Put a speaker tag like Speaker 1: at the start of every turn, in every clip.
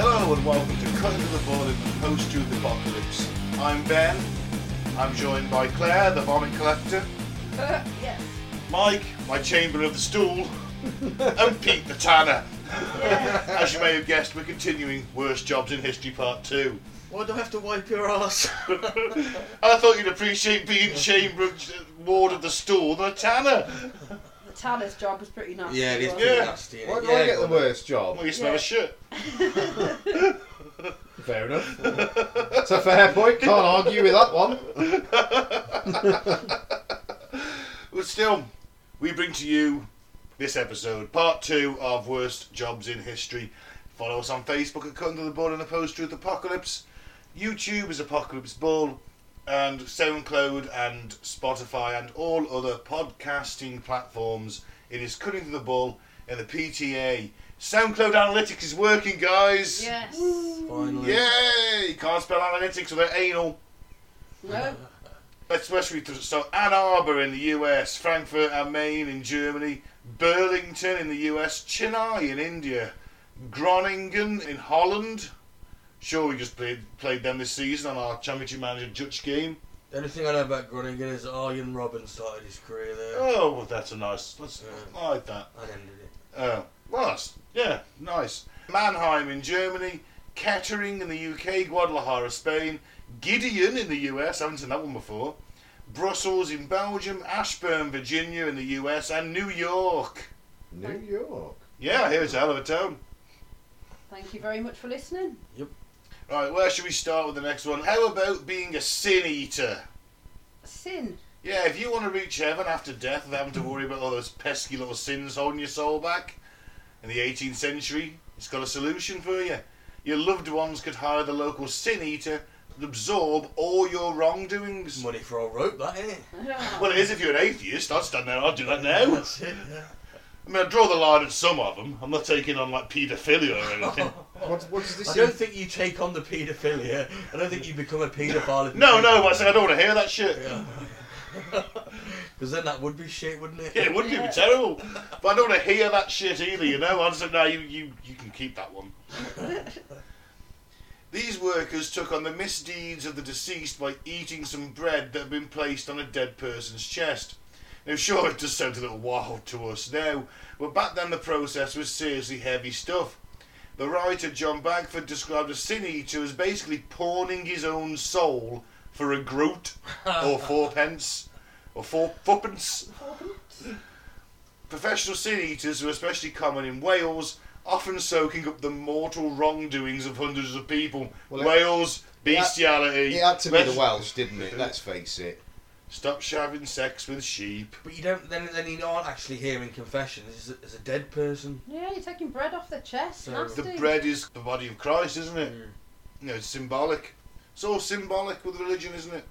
Speaker 1: Hello and welcome to Cutting to the Bud in the Post to the Apocalypse. I'm Ben. I'm joined by Claire, the vomit collector,
Speaker 2: Yes.
Speaker 1: Mike, my chamber of the stool, and Pete the tanner. As you may have guessed, we're continuing Worst Jobs in History Part 2.
Speaker 3: Why do I have to wipe your ass?
Speaker 1: I thought you'd appreciate being chamber of, uh, ward of the stool than a tanner.
Speaker 2: The tanner's job was pretty nice.
Speaker 3: yeah, it is
Speaker 2: wasn't
Speaker 3: pretty
Speaker 1: Yeah.
Speaker 3: nasty.
Speaker 4: Why do
Speaker 3: yeah,
Speaker 4: I get the worst job?
Speaker 1: Well, you smell
Speaker 2: Yeah.
Speaker 1: of shit.
Speaker 4: Fair enough. it's a fair point. Can't argue with that one.
Speaker 1: But still, we bring to you this episode, part two of Worst Jobs in History. Follow us on Facebook at Cutting to the Bull and the Post Truth Apocalypse. YouTube is Apocalypse Bull, and SoundCloud and Spotify and all other podcasting platforms. It is Cutting to the Bull and the PTA. SoundCloud Analytics is working, guys!
Speaker 2: Yes.
Speaker 3: Finally.
Speaker 1: Yay! Can't spell analytics without anal.
Speaker 2: No.
Speaker 1: Let's let's read through. So Ann Arbor in the US, Frankfurt am Main in Germany, Burlington in the US, Chennai in India, Groningen in Holland. Sure, we just played played them this season on our Championship Manager Dutch game.
Speaker 3: The only thing I know about Groningen is that Arjen Robin started his career there
Speaker 1: Oh, well, that's a nice. Let's
Speaker 3: Yeah.
Speaker 1: I like that.
Speaker 3: and ended it.
Speaker 1: Oh, well, that's, yeah, nice. Mannheim in Germany, Kettering in the UK, Guadalajara, Spain, Gideon in the US. I haven't seen that one before. Brussels in Belgium, Ashburn, Virginia in the US, and New York.
Speaker 4: New York.
Speaker 1: Yeah, here's a hell of a town.
Speaker 2: Thank you very much for listening.
Speaker 1: Right, where should we start with the next one? How about being a sin eater?
Speaker 2: Sin.
Speaker 1: Yeah, if you want to reach heaven after death without having to worry about all those pesky little sins holding your soul back, in the 18th century, it's got a solution for you. Your loved ones could hire the local sin eater to absorb all your wrongdoings.
Speaker 3: Money for a rope, that ain't it?
Speaker 1: Well, it is if you're an atheist. I'd stand there. I'd do that now.
Speaker 3: That's it. Yeah.
Speaker 1: I mean, I draw the line at some of them. I'm not taking on like paedophilia or anything.
Speaker 4: What, what does this
Speaker 3: I don't think you take on the paedophilia. I don't think you become a paedophile. if you
Speaker 1: No,
Speaker 3: take
Speaker 1: no. I
Speaker 3: on
Speaker 1: said I don't want to hear that shit.
Speaker 3: Yeah. Because then that would be shit, wouldn't it?
Speaker 1: Yeah, it wouldn't
Speaker 2: Yeah.
Speaker 1: be terrible. But I don't want to hear that shit either, you know? I just said, no, you, you, you can keep that one. These workers took on the misdeeds of the deceased by eating some bread that had been placed on a dead person's chest. Now, sure, it does sound a little wild to us now, but back then the process was seriously heavy stuff. The writer John Bagford described a sin eater as basically pawning his own soul for a groat or fourpence or four fourpence. Professional sin eaters were especially common in Wales, often soaking up the mortal wrongdoings of hundreds of people.
Speaker 4: Well, it-
Speaker 1: Wales,
Speaker 4: had-
Speaker 1: bestiality.
Speaker 4: It had to be the
Speaker 1: Let's-
Speaker 4: Welsh, didn't it? Let's face it.
Speaker 1: Stop having sex with sheep.
Speaker 3: But you don't. Then, then you aren't actually hearing confessions. It's a, it's a dead person.
Speaker 2: Yeah, you're taking bread off the chest.
Speaker 3: So-
Speaker 2: Nasty.
Speaker 1: The bread is the body of Christ, isn't it?
Speaker 3: Mm.
Speaker 1: You know, it's symbolic. It's all symbolic with religion, isn't it?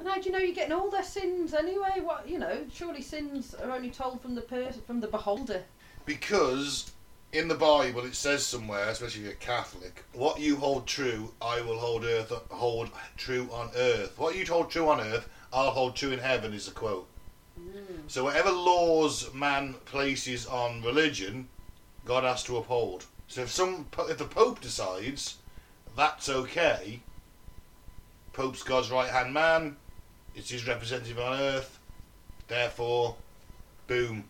Speaker 2: And how do you know you're getting all their sins anyway? What you know? Surely sins are only told from the person, from the beholder.
Speaker 1: Because in the Bible it says somewhere, especially if you're Catholic, what you hold true, I will hold earth hold true on earth. What you hold true on earth, I'll hold true in heaven is the quote. So whatever laws man places on religion, God has to uphold. So if some if the Pope decides that's okay, Pope's God's right hand man, it's his representative on earth, therefore, boom,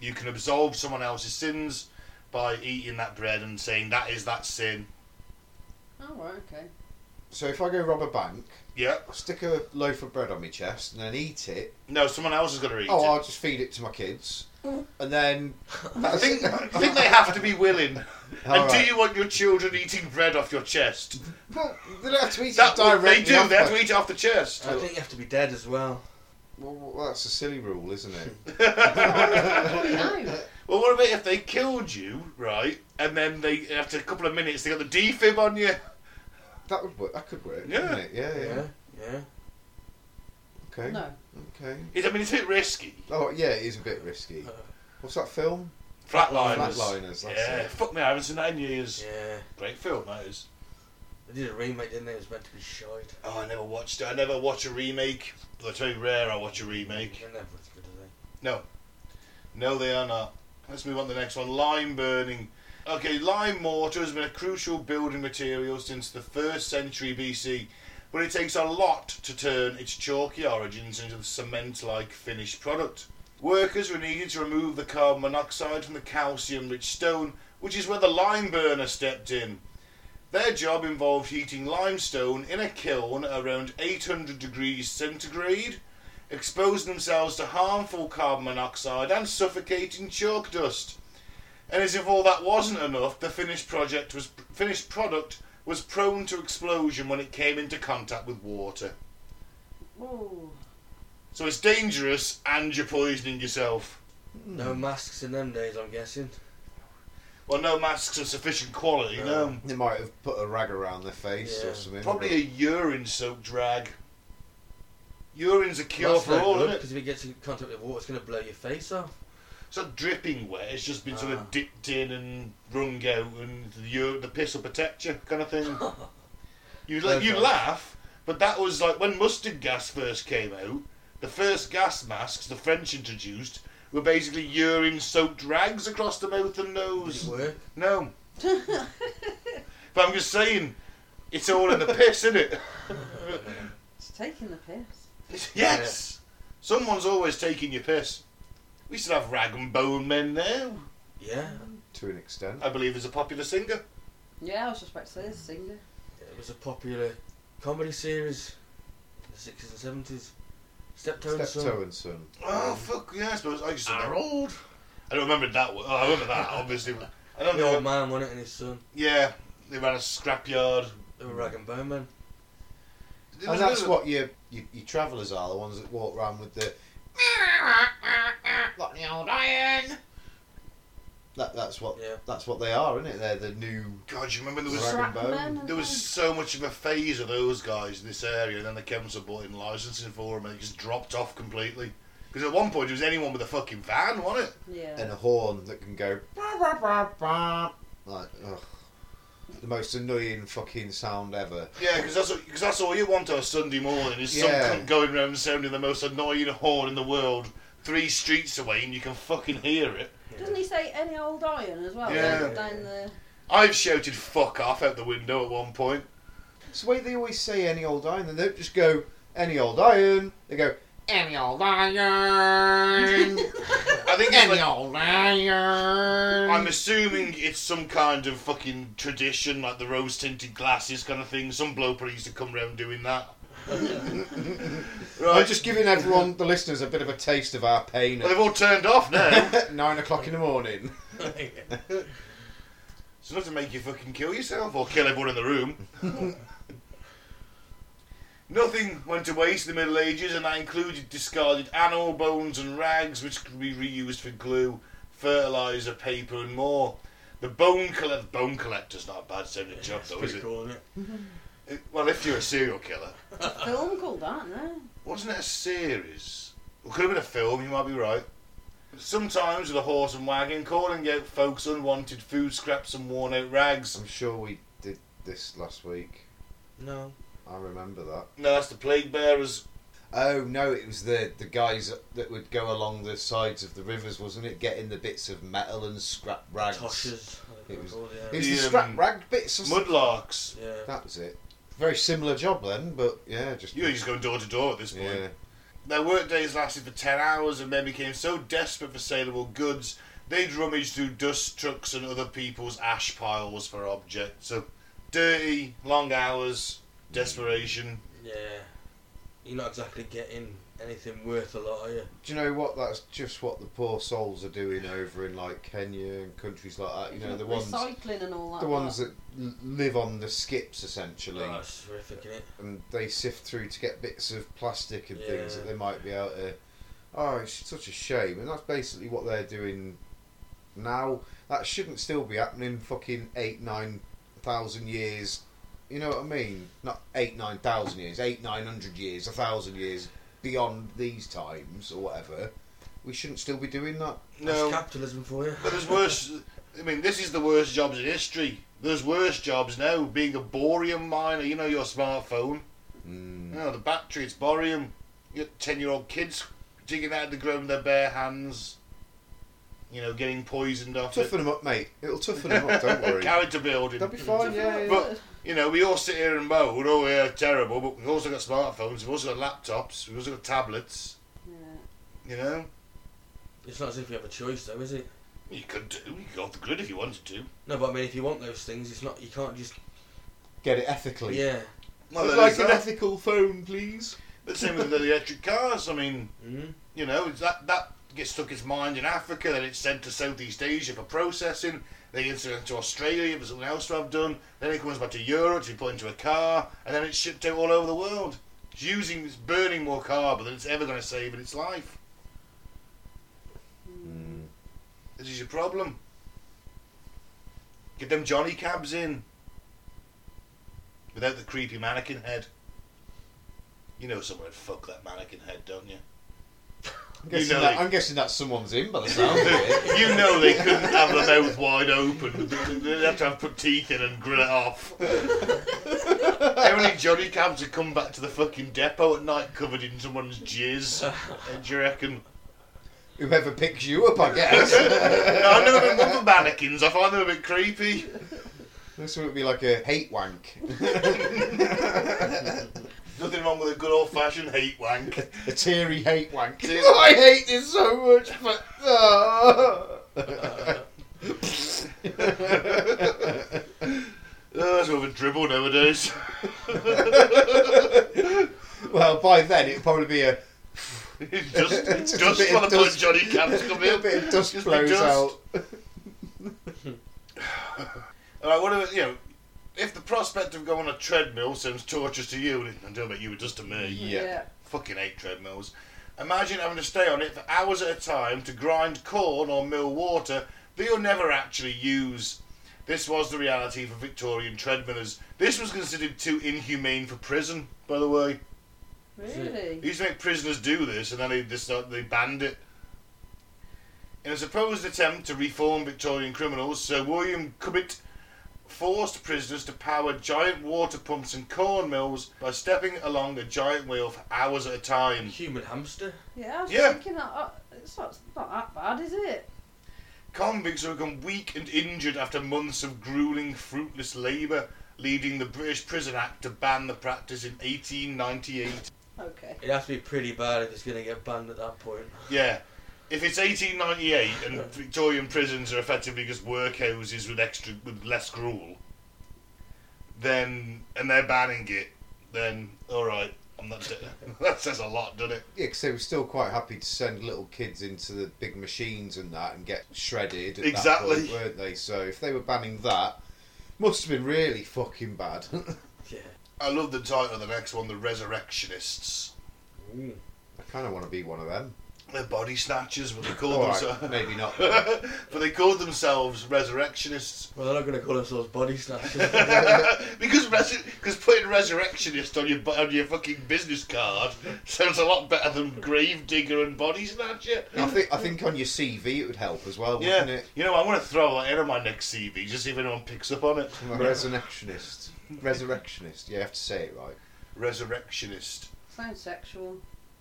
Speaker 1: you can absolve someone else's sins by eating that bread and saying that is that sin.
Speaker 2: Oh, right, okay.
Speaker 4: So if I go rob a bank,
Speaker 1: Yeah.
Speaker 4: I stick a loaf of bread on my chest and then eat it.
Speaker 1: No, someone else is going to eat
Speaker 4: oh,
Speaker 1: it.
Speaker 4: I'll just feed it to my kids. And then
Speaker 1: I think I think they have to be willing. and do you want your children eating bread off your chest?
Speaker 4: They don't have to eat
Speaker 1: That
Speaker 4: it
Speaker 1: would-
Speaker 4: directly.
Speaker 1: they do.
Speaker 4: off
Speaker 1: They have
Speaker 4: my-
Speaker 1: to eat it off the chest.
Speaker 3: I think you have to be dead as well.
Speaker 4: Well, well, that's a silly rule, isn't it?
Speaker 2: no.
Speaker 1: Well, what about if they killed you, right? And then they, after a couple of minutes, they got the defib on you.
Speaker 4: That would work. That could work.
Speaker 1: Yeah.
Speaker 4: wouldn't it? Yeah, yeah.
Speaker 3: Yeah, yeah.
Speaker 4: Okay.
Speaker 2: No.
Speaker 4: Okay.
Speaker 1: It, I mean, it's a bit risky.
Speaker 4: Oh yeah, it is a bit risky.
Speaker 1: Uh.
Speaker 4: What's that film?
Speaker 1: Flatliners.
Speaker 4: Flatliners, that's
Speaker 1: yeah.
Speaker 4: it.
Speaker 1: Fuck me, I haven't seen that in years.
Speaker 3: Yeah.
Speaker 1: Great film, that is.
Speaker 3: They did a remake, didn't they? It was meant to be shite.
Speaker 1: Oh, I never watched it. I never watch a remake. Well, it's very rare I watch a remake.
Speaker 3: They're never as good, are
Speaker 1: uh, No, they are not. Let's move on to the next one. Lime burning. Okay, lime mortar has been a crucial building material since the first century BC, but it takes a lot to turn its chalky origins into the cement like finished product. Workers were needed to remove the carbon monoxide from the calcium rich stone, which is where the lime burner stepped in. Their job involved heating limestone in a kiln at around 800 degrees centigrade, exposing themselves to harmful carbon monoxide and suffocating chalk dust. And as if all that wasn't enough, the finished project was finished product was prone to explosion when it came into contact with water.
Speaker 2: Whoa.
Speaker 1: So it's dangerous, and you're poisoning yourself.
Speaker 3: No masks in them days, I'm guessing.
Speaker 1: Well, no masks of sufficient quality. No,
Speaker 4: They might have put a rag around their face
Speaker 3: Yeah.
Speaker 4: or something.
Speaker 1: probably a urine-soaked rag. Urine's a cure
Speaker 3: That's
Speaker 1: for
Speaker 3: no
Speaker 1: all,
Speaker 3: good,
Speaker 1: isn't it?
Speaker 3: Because if it gets in contact with water, it's going to blow your face off.
Speaker 1: It's not dripping wet. It's just been sort
Speaker 3: Ah.
Speaker 1: of dipped in and wrung out, and the ur- the piss will protect you, kind of thing. you la- you
Speaker 3: Okay.
Speaker 1: laugh, but that was like when mustard gas first came out. The first gas masks the French introduced were basically urine-soaked rags across the mouth and
Speaker 3: Would it
Speaker 1: nose.
Speaker 3: work?
Speaker 1: No. but I'm just saying, it's all in the piss, isn't it?
Speaker 2: It's taking the piss.
Speaker 1: yes! Someone's always taking your piss. We should have rag and bone men now.
Speaker 3: Yeah.
Speaker 4: to an extent.
Speaker 1: I believe is a popular singer.
Speaker 2: Yeah, I was just about to say this singer.
Speaker 3: It was a popular comedy series in the 60s and 70s. Steptoe and Son.
Speaker 4: Steptoe and Son.
Speaker 1: Oh, fuck, yeah, I suppose. I just
Speaker 3: Harold.
Speaker 1: I don't remember that one. Oh, I remember that, obviously. but I don't
Speaker 3: The old
Speaker 1: know.
Speaker 3: man won it and his son.
Speaker 1: Yeah, they ran a scrapyard.
Speaker 3: They were rag and bone men.
Speaker 1: There was
Speaker 4: And
Speaker 1: a
Speaker 4: that's
Speaker 1: bit of-
Speaker 4: what your, your, your travellers are, the ones that walk around with the. Got the old iron! That, that's what
Speaker 3: Yeah.
Speaker 4: that's what they are, isn't it? They're the new.
Speaker 1: God, you remember there was.
Speaker 4: Rag
Speaker 2: Rat
Speaker 4: and Bone.
Speaker 2: men and
Speaker 1: There was
Speaker 2: things.
Speaker 1: so much of a phase of those guys in this area, and then the council bought in licensing for them, and it just dropped off completely. Because at one point it was anyone with a fucking van, wasn't it?
Speaker 4: and
Speaker 2: Yeah.
Speaker 4: a horn that can go. Like, ugh. The most annoying fucking sound ever.
Speaker 1: Yeah, because that's because that's all you want on a Sunday morning is
Speaker 4: Yeah.
Speaker 1: some cunt going around sounding the most annoying horn in the world, three streets away, and you can fucking hear it.
Speaker 2: Doesn't he say any old iron as well?
Speaker 1: Yeah.
Speaker 2: Down the.
Speaker 1: I've shouted "fuck off" out the window at one point.
Speaker 4: It's the way they always say any old iron. They don't just go any old iron. They go any old iron.
Speaker 1: I think it's
Speaker 4: any
Speaker 1: like,
Speaker 4: old iron.
Speaker 1: I'm assuming it's some kind of fucking tradition, like the rose-tinted glasses kind of thing. Some bloke probably used to come around doing that.
Speaker 4: I'm just giving everyone, the listeners, a bit of a taste of our pain.
Speaker 1: Well, they've all turned off now.
Speaker 4: at Nine o'clock in the morning.
Speaker 1: It's enough to make you fucking kill yourself or kill everyone in the room. Nothing went to waste in the Middle Ages, and that included discarded animal bones and rags, which could be reused for glue, fertilizer, paper, and more. The bone collect bone collector's not a bad sounding job,
Speaker 3: It's
Speaker 1: though, is
Speaker 3: pretty
Speaker 1: it?
Speaker 3: cool, isn't it?
Speaker 1: It- Well, if you're a serial killer,
Speaker 2: film called that, no?
Speaker 1: wasn't it a series? It could have been a film. You might be right. Sometimes with a horse and wagon, calling out folks' unwanted food scraps and worn-out rags.
Speaker 4: I'm sure we did this last week.
Speaker 3: No.
Speaker 4: I remember that.
Speaker 1: No, that's the plague bearers.
Speaker 4: Oh no, it was the the guys that would go along the sides of the rivers, wasn't it? Getting the bits of metal and scrap rags.
Speaker 3: Toshes.
Speaker 4: It was-
Speaker 3: Oh, yeah.
Speaker 4: It was the,
Speaker 1: The, um,
Speaker 4: scrap rag bits. Or something.
Speaker 1: Mudlarks.
Speaker 3: yeah.
Speaker 4: That was it. Very similar job then, but yeah, just
Speaker 1: You're just going door to door at this point.
Speaker 4: yeah.
Speaker 1: Their work days lasted for 10 hours, and men became so desperate for saleable goods, they'd rummage through dust trucks and other people's ash piles for objects. So, dirty, long hours, desperation.
Speaker 3: Yeah. You're not exactly getting anything worth a lot, are you?
Speaker 4: Do you know what? That's just what the poor souls are doing over in like Kenya and countries like that. You know the ones,
Speaker 2: Recycling and all that.
Speaker 4: the ones
Speaker 2: lot.
Speaker 4: that l- live on the skips essentially,
Speaker 3: Oh, it's horrific, innit?
Speaker 4: and they sift through to get bits of plastic and things
Speaker 3: Yeah.
Speaker 4: that they might be able to. Oh, it's such a shame, and that's basically what they're doing now. That shouldn't still be happening. Fucking eight, nine thousand years. You know what I mean? Not eight, nine thousand years, eight, nine hundred years, a thousand years beyond these times or whatever. We shouldn't still be doing that.
Speaker 1: No.
Speaker 3: That's capitalism for you.
Speaker 1: But there's worse. I mean, this is the worst jobs in history. There's worse jobs now. Being a borium miner, you know your smartphone.
Speaker 4: Mm.
Speaker 1: No, the battery, it's borium. You got 10 year old kids digging out of the ground with their bare hands. you know, getting poisoned off it.
Speaker 4: Toughen them up, mate. It'll toughen them up. Don't worry.
Speaker 1: Character building.
Speaker 4: They'll be fine. Yeah, yeah.
Speaker 1: But- You know, we all sit here and moan, oh yeah, terrible, but we've also got smartphones, we've also got laptops, we've also got tablets,
Speaker 2: yeah.
Speaker 1: you know?
Speaker 3: It's not as if you have a choice, though, is it?
Speaker 1: You could do, you could go off the grid if you wanted to.
Speaker 3: No, but I mean, if you want those things, it's not. You can't just.
Speaker 4: Get it
Speaker 1: Oh,
Speaker 4: ethically.
Speaker 3: Yeah.
Speaker 1: Well,
Speaker 4: I'd
Speaker 1: there's
Speaker 4: like an
Speaker 1: that.
Speaker 4: ethical phone, please.
Speaker 1: The same with the electric cars, I mean,
Speaker 3: Mm-hmm.
Speaker 1: you know, it's that, that gets stuck its mind in Africa, then it's sent to Southeast Asia for processing, then it's sent to Australia for something else to have done, then it comes back to Europe to be put into a car, and then it's shipped out all over the world. It's using, it's burning more carbon than it's ever going to save in its life.
Speaker 4: Mm.
Speaker 1: This is your problem. Get them Johnny cabs in. Without the creepy mannequin head. You know someone would fuck that mannequin head, don't you?
Speaker 4: I'm
Speaker 1: You
Speaker 4: guessing,
Speaker 1: know
Speaker 4: that,
Speaker 1: they-
Speaker 4: I'm guessing that's someone's in by the sound of it.
Speaker 1: you know they couldn't have the mouth wide open. They'd have to have put teeth in and grill it off. How many Johnny cabs have come back to the fucking depot at night covered in someone's jizz? Do you reckon?
Speaker 4: Whoever picks you up, I guess.
Speaker 1: I know them other mannequins. I find them a bit creepy.
Speaker 4: this would be like a hate wank.
Speaker 1: Nothing wrong with a good old fashioned hate wank. Uh,
Speaker 4: a teary hate wank.
Speaker 1: Teary-
Speaker 4: I hate this so much, but. ah.
Speaker 1: Oh, that's more of a dribble nowadays.
Speaker 4: well, by then it'd probably be a
Speaker 1: It's just,
Speaker 4: Just a
Speaker 1: just
Speaker 4: bit
Speaker 1: want
Speaker 4: of
Speaker 1: to put
Speaker 4: dust.
Speaker 1: Johnny Camps come
Speaker 4: little
Speaker 1: in.
Speaker 4: bit of dust
Speaker 1: Just the
Speaker 4: blows
Speaker 1: dust.
Speaker 4: out.
Speaker 1: All right, what about, you know, if the prospect of going on a treadmill sounds torturous to you, and I don't know about you, but just to me,
Speaker 4: Yeah.
Speaker 1: fucking hate treadmills. Imagine having to stay on it for hours at a time to grind corn or mill water that you'll never actually use. This was the reality for Victorian treadmillers. This was considered too inhumane for prison, by the way.
Speaker 2: Really?
Speaker 1: They used to make prisoners do this, and then they, they, start, they banned it. In a supposed attempt to reform Victorian criminals, Sir William Cubitt forced prisoners to power giant water pumps and corn mills by stepping along a giant wheel for hours at a time.
Speaker 3: Human hamster.
Speaker 2: Yeah, I was
Speaker 1: Yeah.
Speaker 2: thinking that. Uh, it's not, it's not that bad, is it?
Speaker 1: Convicts who become weak and injured after months of grueling, fruitless labour, leading the British Prison Act to ban the practice in 1898.
Speaker 2: Okay.
Speaker 3: It'd have to be pretty bad if it's going to get banned at that point.
Speaker 1: Yeah. If it's 1898 and Victorian prisons are effectively just workhouses with extra with less gruel, then and they're banning it, then all right, I'm not. that says a lot, doesn't it?
Speaker 4: Yeah, because they were still quite happy to send little kids into the big machines and that and get shredded. At
Speaker 1: Exactly.
Speaker 4: That point, weren't they? So if they were banning that, must have been really fucking bad.
Speaker 3: Yeah.
Speaker 1: I love the title of the next one, the Resurrectionists.
Speaker 3: Ooh.
Speaker 4: I kind of want to be one of them.
Speaker 1: They're body snatchers, but they call
Speaker 4: All right,
Speaker 1: themselves.
Speaker 4: maybe not.
Speaker 1: but they called themselves resurrectionists
Speaker 3: Well, they're not going to call themselves body snatchers.
Speaker 1: because resu- because putting resurrectionist on your bu- on your fucking business card sounds a lot better than grave digger and body snatcher.
Speaker 4: I think I think on your CV it would help as well,
Speaker 1: Yeah,
Speaker 4: wouldn't it?
Speaker 1: you know I'm gonna throw that in on my next CV just see if anyone picks up on it.
Speaker 4: I'm a resurrectionist. Resurrectionist. Yeah, you have to say it right.
Speaker 1: Resurrectionist.
Speaker 2: Sounds sexual.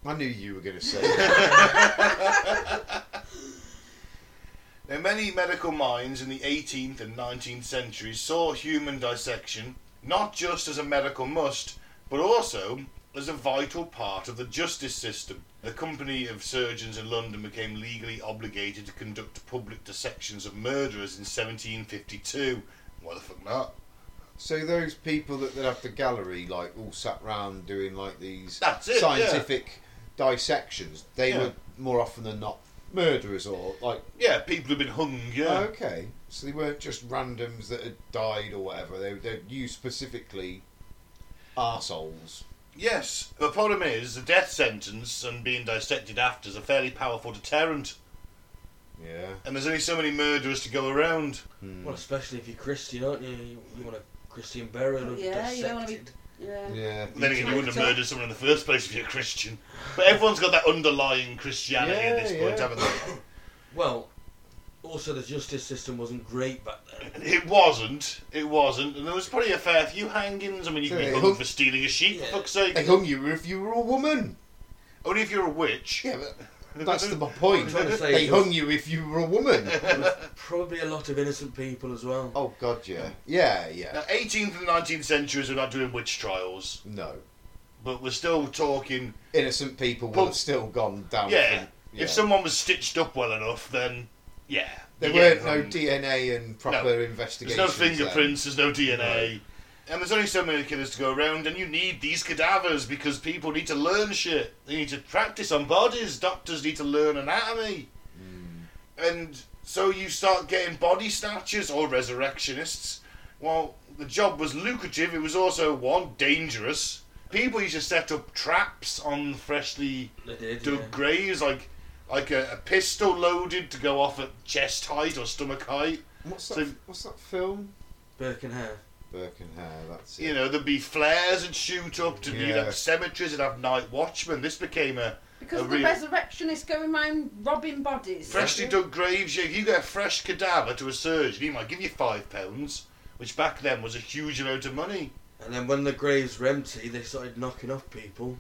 Speaker 4: I knew you were going to say it.
Speaker 1: Now, many medical minds in the 18th and 19th centuries saw human dissection not just as a medical must, but also as a vital part of the justice system. The Company of Surgeons in London became legally obligated to conduct public dissections of murderers in 1752. Why the fuck not?
Speaker 4: so those people that, that have the gallery like all sat round doing like these
Speaker 1: That's it, yeah.
Speaker 4: scientific dissections, they
Speaker 1: Yeah.
Speaker 4: were more often than not murderers or like oh,
Speaker 1: Yeah, people have been hung, yeah.
Speaker 4: okay. So they weren't just randoms that had died or whatever. They they used specifically arseholes.
Speaker 1: Yes, the problem is the death sentence and being dissected after is a fairly powerful deterrent,
Speaker 4: Yeah.
Speaker 1: and there's only so many murderers to go around.
Speaker 3: well, especially if you're Christian, aren't you? You, you want a Christian burial and
Speaker 2: Yeah, you
Speaker 3: dissected.
Speaker 2: don't wanna be- Yeah.
Speaker 4: Yeah.
Speaker 1: Then again, you wouldn't have
Speaker 2: Character.
Speaker 1: murdered someone in the first place if you're a Christian. But everyone's got that underlying Christianity at this
Speaker 4: Yeah,
Speaker 1: point,
Speaker 4: yeah.
Speaker 1: haven't they?
Speaker 3: Well, also the justice system wasn't great back then.
Speaker 1: It wasn't. It wasn't. And there was probably a fair few hangings. I mean, you could be
Speaker 4: Yeah,
Speaker 1: hung
Speaker 4: hung-
Speaker 1: for stealing a sheep,
Speaker 3: Yeah.
Speaker 1: for fuck's sake.
Speaker 4: They hung you if you were a woman.
Speaker 1: Only if you're a witch.
Speaker 4: Yeah, but That's the, my point.
Speaker 3: I'm trying to say
Speaker 4: They
Speaker 3: it's-
Speaker 4: hung you if you were a woman.
Speaker 3: There was probably a lot of innocent people as well.
Speaker 4: Oh God, yeah, yeah, yeah.
Speaker 1: Now, 18th and 19th centuries, we're not doing witch trials,
Speaker 4: No,
Speaker 1: but we're still talking.
Speaker 4: innocent people would
Speaker 1: Well,
Speaker 4: have still gone down.
Speaker 1: yeah,
Speaker 4: from-
Speaker 1: If someone was stitched up well enough, then yeah.
Speaker 4: there
Speaker 1: you
Speaker 4: weren't
Speaker 1: get
Speaker 4: no
Speaker 1: hung.
Speaker 4: DNA and proper
Speaker 1: There's
Speaker 4: investigations.
Speaker 1: no
Speaker 4: then.
Speaker 1: fingerprints. There's no DNA. And there's only so many killers to go around, and you need these cadavers because people need to learn shit. They need to practice on bodies. Doctors need to learn anatomy. And so you start getting body snatchers or resurrectionists. Well, the job was lucrative. It was also, one, dangerous. People used to set up traps on freshly
Speaker 3: They did.
Speaker 1: dug
Speaker 3: yeah.
Speaker 1: graves, like like a, a pistol loaded to go off at chest height or stomach height.
Speaker 4: What's that?
Speaker 1: So-
Speaker 4: what's that film?
Speaker 3: Birkenhair.
Speaker 4: Birkenhair. That's it.
Speaker 1: You know, there'd be flares and shoot up, and you'd
Speaker 4: Yeah.
Speaker 1: have cemeteries and have night watchmen. This became a
Speaker 2: Because
Speaker 1: A
Speaker 2: the
Speaker 1: real-
Speaker 2: resurrectionists going round robbing bodies.
Speaker 1: freshly dug graves. You, you get a fresh cadaver to a surgeon, he might give you five pounds, which back then was a huge amount of money.
Speaker 3: And then when the graves were empty, they started knocking off people.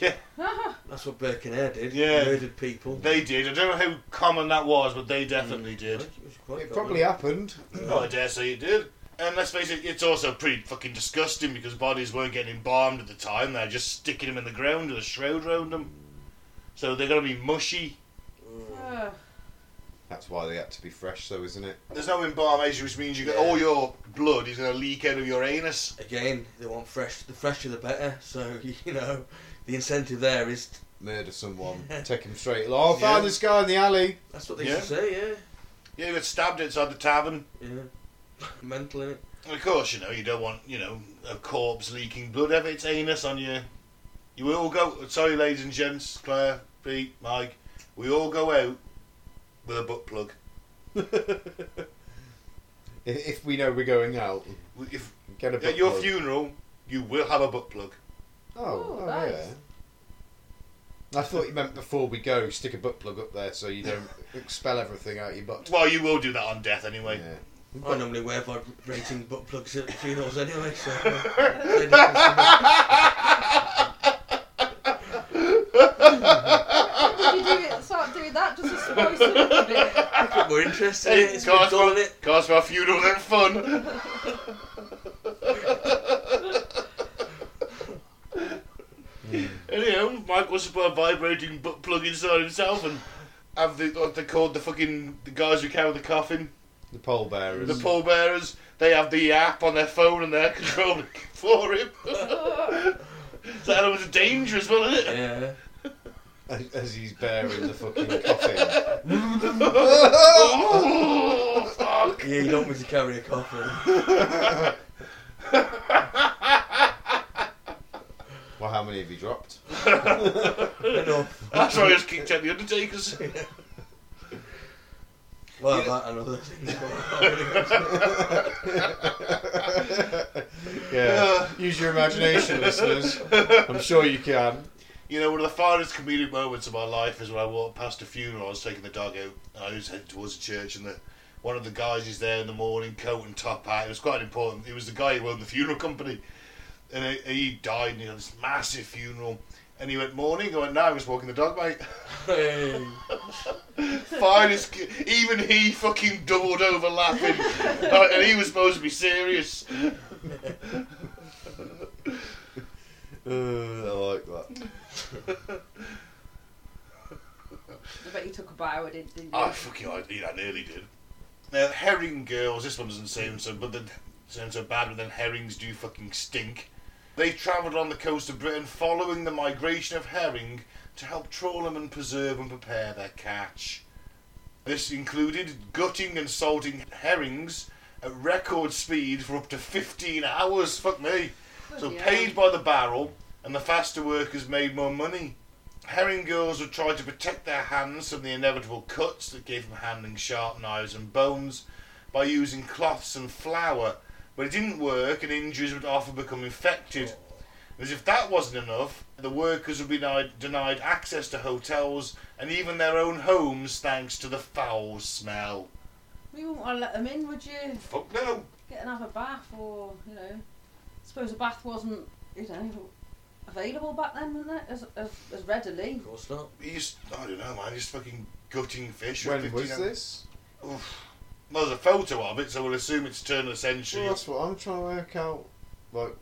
Speaker 1: Yeah,
Speaker 2: Ah,
Speaker 3: That's what Birkenhair did.
Speaker 1: Yeah.
Speaker 3: Murdered people.
Speaker 1: they did. I don't know how common that was, but they definitely
Speaker 3: I
Speaker 1: did.
Speaker 3: think it was quite
Speaker 4: It
Speaker 3: common.
Speaker 4: probably happened.
Speaker 1: Oh, I dare say it did. And let's face it, it's also pretty fucking disgusting because bodies weren't getting embalmed at the time. They're just sticking them in the ground with a shroud round them. So they're going to be mushy.
Speaker 3: Mm.
Speaker 2: ah.
Speaker 4: That's why they had to be fresh, though, isn't it?
Speaker 1: There's no embalmation, which means you get all your blood is going to leak out of your anus.
Speaker 3: Again, they want fresh. The fresher the better. So you know, the incentive there is.
Speaker 4: Murder someone,
Speaker 3: Yeah.
Speaker 4: take him straight. along. Oh, I found
Speaker 1: Yeah.
Speaker 4: this guy in the alley.
Speaker 3: That's what they used to say.
Speaker 1: Yeah, you get stabbed outside the tavern.
Speaker 3: Yeah. Yeah. Mental in it.
Speaker 1: And of course, you know, you don't want, you know, a corpse leaking blood out of its anus on you. You all go, sorry, ladies and gents, Claire, Pete, Mike, we all go out with a butt plug.
Speaker 4: I- if we know we're going out,
Speaker 1: We- If,
Speaker 4: get a
Speaker 1: at
Speaker 4: butt
Speaker 1: your
Speaker 4: plug.
Speaker 1: funeral, you will have a butt plug.
Speaker 4: Oh,
Speaker 2: Oh,
Speaker 4: oh
Speaker 2: nice.
Speaker 4: yeah. I thought you meant before we go, stick a butt plug up there so you don't expel everything out your butt.
Speaker 1: Well, you will do that on death anyway.
Speaker 4: Yeah.
Speaker 3: I normally wear vibrating butt plugs at funerals anyway, so. uh,
Speaker 2: Did you do it, start doing that just to spice it up a bit?
Speaker 3: We're interested in it.
Speaker 1: Hey,
Speaker 3: It's been
Speaker 1: cause,
Speaker 3: done in
Speaker 1: my,
Speaker 3: it.
Speaker 1: cause my funeral and fun. Anyhow, um, Mike wants to put a vibrating butt plug inside himself and have the what they called the fucking the guys who carry the coffin,
Speaker 4: The pole bearers.
Speaker 1: the pallbearers. They have the app on their phone and they're controlling it for him. that element of danger as well, isn't it?
Speaker 3: Yeah.
Speaker 4: as, as he's bearing the fucking coffin.
Speaker 1: Oh, fuck.
Speaker 3: Yeah, you don't want me to carry a coffin.
Speaker 4: Well, how many have you dropped?
Speaker 3: Enough.
Speaker 1: That's why I just kicked out the Undertaker's.
Speaker 3: Well, that and other things.
Speaker 4: Yeah. Use your imagination, listeners. I'm sure you can.
Speaker 1: You know, one of the finest comedic moments of my life is when I walked past a funeral. I was taking the dog out, and I was heading towards the church, and the, one of the guys is there in the morning coat and top hat. It was quite important. It was the guy who owned the funeral company, and he, he died, and he had this massive funeral. And he went, "Morning." I went, "No, I was walking the dog, mate."
Speaker 3: hey.
Speaker 1: finest. ki- Even he fucking doubled over laughing, Uh, and he was supposed to be serious.
Speaker 4: Uh, I like that.
Speaker 2: I bet you took a bow, I didn't, didn't you?
Speaker 1: I
Speaker 4: Oh.
Speaker 1: fucking I, yeah, I nearly did. Now herring girls, this one doesn't sound so but then sound so bad, but then herrings do fucking stink. They travelled on the coast of Britain following the migration of herring to help trawl them and preserve and prepare their catch. This included gutting and salting herrings at record speed for up to 15 hours. Fuck me. So
Speaker 2: Bloody
Speaker 1: paid by the barrel, and the faster workers made more money. Herring girls would try to protect their hands from the inevitable cuts that came from handling sharp knives and bones by using cloths and flour, but it didn't work and injuries would often become infected. As if that wasn't enough, the workers would be denied, denied access to hotels and even their own homes thanks to the foul smell.
Speaker 2: You wouldn't want to let them in, would you?
Speaker 1: Fuck no!
Speaker 2: Get and have a bath or, you know. I suppose a bath wasn't, you know, available back then, wasn't it? As, as, as readily.
Speaker 3: Of course not.
Speaker 1: He used, I don't know, man. He's fucking gutting fish. with
Speaker 4: When
Speaker 1: 15
Speaker 4: was this?
Speaker 1: Oof. Well, there's a photo of it, so we'll assume it's turn of the century.
Speaker 4: Well, that's what I'm trying to work out. Like,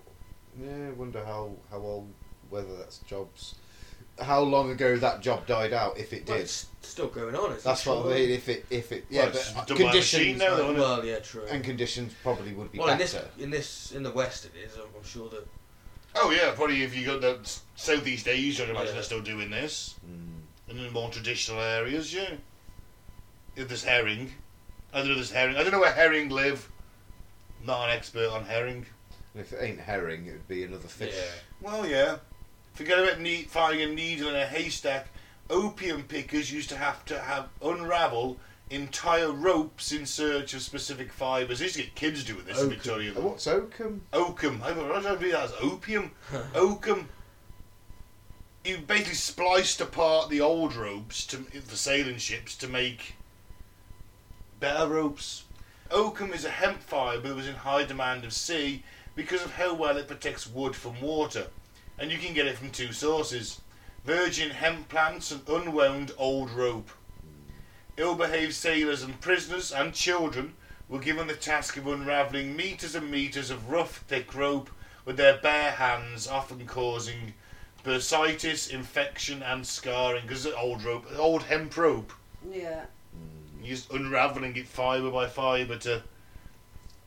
Speaker 4: yeah, wonder how how old, whether that's jobs, how long ago that job died out, if it
Speaker 3: Well,
Speaker 4: did.
Speaker 3: it's still going on. It's
Speaker 4: That's what I
Speaker 3: sure.
Speaker 4: mean. If it, if it,
Speaker 1: Well,
Speaker 4: yeah,
Speaker 1: it's done
Speaker 4: but uh,
Speaker 1: by machine
Speaker 4: conditions
Speaker 1: now, though, isn't it?
Speaker 3: Well, yeah, true.
Speaker 4: and conditions probably would be
Speaker 3: well, in this,
Speaker 4: better.
Speaker 3: in this, in the West, it is. I'm I'm sure that
Speaker 1: Oh yeah, probably if you got the s- Southeast Asia, I'd imagine
Speaker 3: Yeah.
Speaker 1: they're still doing this,
Speaker 4: Mm.
Speaker 1: and in more traditional areas, yeah. If there's herring, I don't know. If there's herring. I don't know where herring live. Not an expert on herring.
Speaker 4: And if it ain't herring, it would be another fish.
Speaker 3: Yeah.
Speaker 1: Well, yeah. Forget about need, finding a needle in a haystack. Opium pickers used to have to have unravel entire ropes in search of specific fibres. They used to get kids doing this in
Speaker 3: Oakum.
Speaker 1: Victoria.
Speaker 4: Uh, What's oakum?
Speaker 1: Oakum. I don't know if that's opium. Oakum. You basically spliced apart the old ropes to, for sailing ships to make better ropes. Oakum is a hemp fibre that was in high demand of sea because of how well it protects wood from water, and you can get it from two sources virgin hemp plants and unwound old rope. Ill behaved sailors and prisoners and children were given the task of unravelling metres and metres of rough, thick rope with their bare hands, often causing bursitis, infection, and scarring. Because old rope, old hemp rope,
Speaker 2: Yeah.
Speaker 1: you're just unravelling it fibre by fibre to.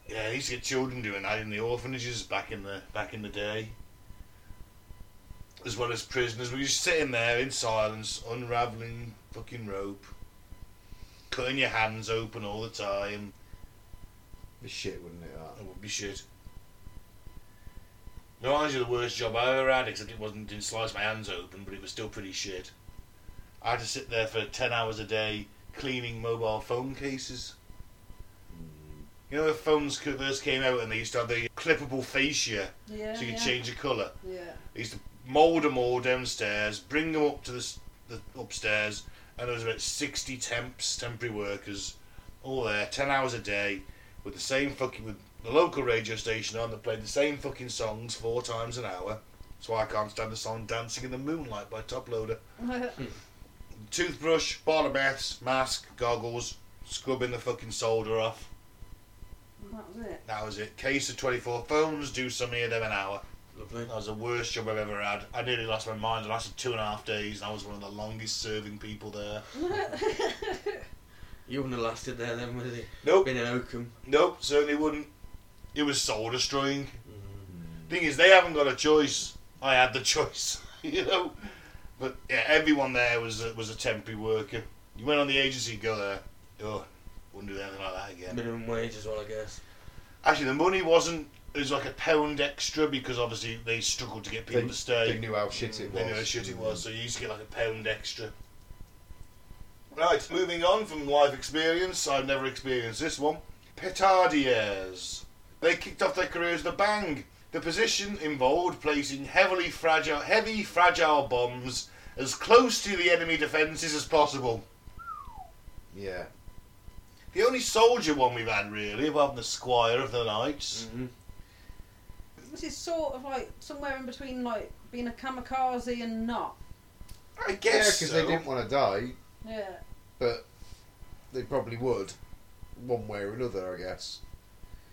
Speaker 1: Yeah, they used to get children doing that in the orphanages back in the back in the day. As well as prisoners, we were just sitting there in silence, unravelling fucking rope, cutting your hands open all the time.
Speaker 4: Be shit, wouldn't it? that?
Speaker 1: That would be shit. Reminds you of the worst job I ever had, except it wasn't didn't slice my hands open, but it was still pretty shit. I had to sit there for ten hours a day cleaning mobile phone cases. You know, when phones c- first came out and they used to have the clippable fascia,
Speaker 2: Yeah.
Speaker 1: so you could
Speaker 2: yeah.
Speaker 1: change the colour.
Speaker 2: Yeah.
Speaker 1: They used to mould them all downstairs, bring them up to the, s- the upstairs, and there was about 60 temps, temporary workers, all there, 10 hours a day, with the same fucking, with the local radio station on that played the same fucking songs four times an hour. That's why I can't stand the song Dancing in the Moonlight by Top Loader. Toothbrush, bottle of baths, mask, goggles, scrubbing the fucking solder off.
Speaker 2: that was it.
Speaker 1: That was it. Case of 24 phones, do some of them an hour.
Speaker 3: lovely.
Speaker 1: That was the worst job I've ever had. I nearly lost my mind. It lasted two and a half days, and I was one of the longest serving people there.
Speaker 3: You wouldn't have lasted there then, would you?
Speaker 1: Nope,
Speaker 3: Been in Oakham.
Speaker 1: nope, certainly wouldn't. It was soul destroying.
Speaker 3: Mm.
Speaker 1: Thing is, they haven't got a choice. I had the choice, you know. But yeah, everyone there was a, was a temporary worker. You went on the agency, go there. Oh, wouldn't do anything like that again.
Speaker 3: Minimum wage as well, I guess.
Speaker 1: Actually, the money wasn't. It was like a pound extra because obviously they struggled to get people
Speaker 4: They-
Speaker 1: to stay.
Speaker 4: They knew how shit it was.
Speaker 1: They knew how shit it was, so you used to get like a pound extra. Right, moving on from life experience, I've never experienced this one. Petardiers. They kicked off their careers with a bang. The position involved placing heavily fragile, heavy fragile bombs as close to the enemy defences as possible.
Speaker 4: Yeah.
Speaker 1: The only soldier one we've had really, apart from the Squire of the
Speaker 4: Mm.
Speaker 1: Knights.
Speaker 3: Mm-hmm.
Speaker 2: this is sort of like somewhere in between, like being a kamikaze and not.
Speaker 1: I
Speaker 4: Yeah,
Speaker 1: guess
Speaker 4: because
Speaker 1: so.
Speaker 4: they didn't want to die,
Speaker 2: Yeah.
Speaker 4: but they probably would, one way or another, I guess.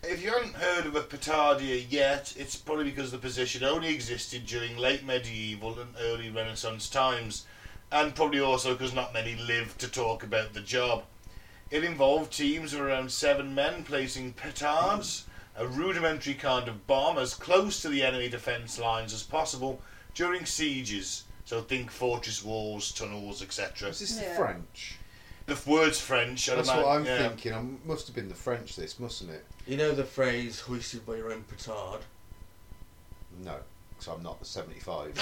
Speaker 1: If you haven't heard of a petardia yet, it's probably because the position only existed during late medieval and early Renaissance times, and probably also because not many lived to talk about the job. It involved teams of around seven men placing petards, a rudimentary kind of bomb, as close to the enemy defence lines as possible during sieges. So think fortress walls, tunnels, etc.
Speaker 4: Was this
Speaker 2: Yeah.
Speaker 4: the French?
Speaker 1: The word's French. I
Speaker 4: That's
Speaker 1: don't
Speaker 4: what I'm
Speaker 1: yeah.
Speaker 4: thinking. I must have been the French, this, mustn't it?
Speaker 3: You know the phrase "hoisted by your own petard."
Speaker 4: No, because I'm not the 75.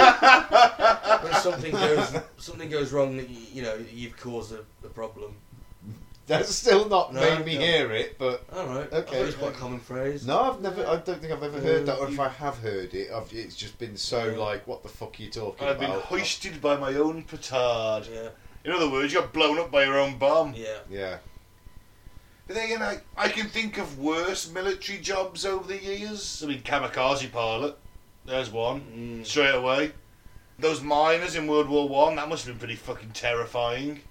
Speaker 3: when something goes something goes wrong, that you, you know you've caused a, a problem.
Speaker 4: That's still not
Speaker 3: No,
Speaker 4: made me
Speaker 3: no.
Speaker 4: hear it, but.
Speaker 3: I don't know. I thought
Speaker 4: Okay.
Speaker 3: it was quite a common phrase.
Speaker 4: No, I've never. I don't think I've ever heard that, or if
Speaker 1: You-
Speaker 4: I have heard it, I've, it's just been so like, what the fuck are you talking
Speaker 1: I've been
Speaker 4: about?
Speaker 1: hoisted by my own petard.
Speaker 3: Yeah,
Speaker 1: In other words, you got blown up by your own bomb.
Speaker 3: yeah.
Speaker 4: Yeah.
Speaker 1: But then again, I, I can think of worse military jobs over the years. I mean, kamikaze pilot. There's one.
Speaker 3: Mm.
Speaker 1: Straight away. Those miners in World War One, that must have been pretty fucking terrifying.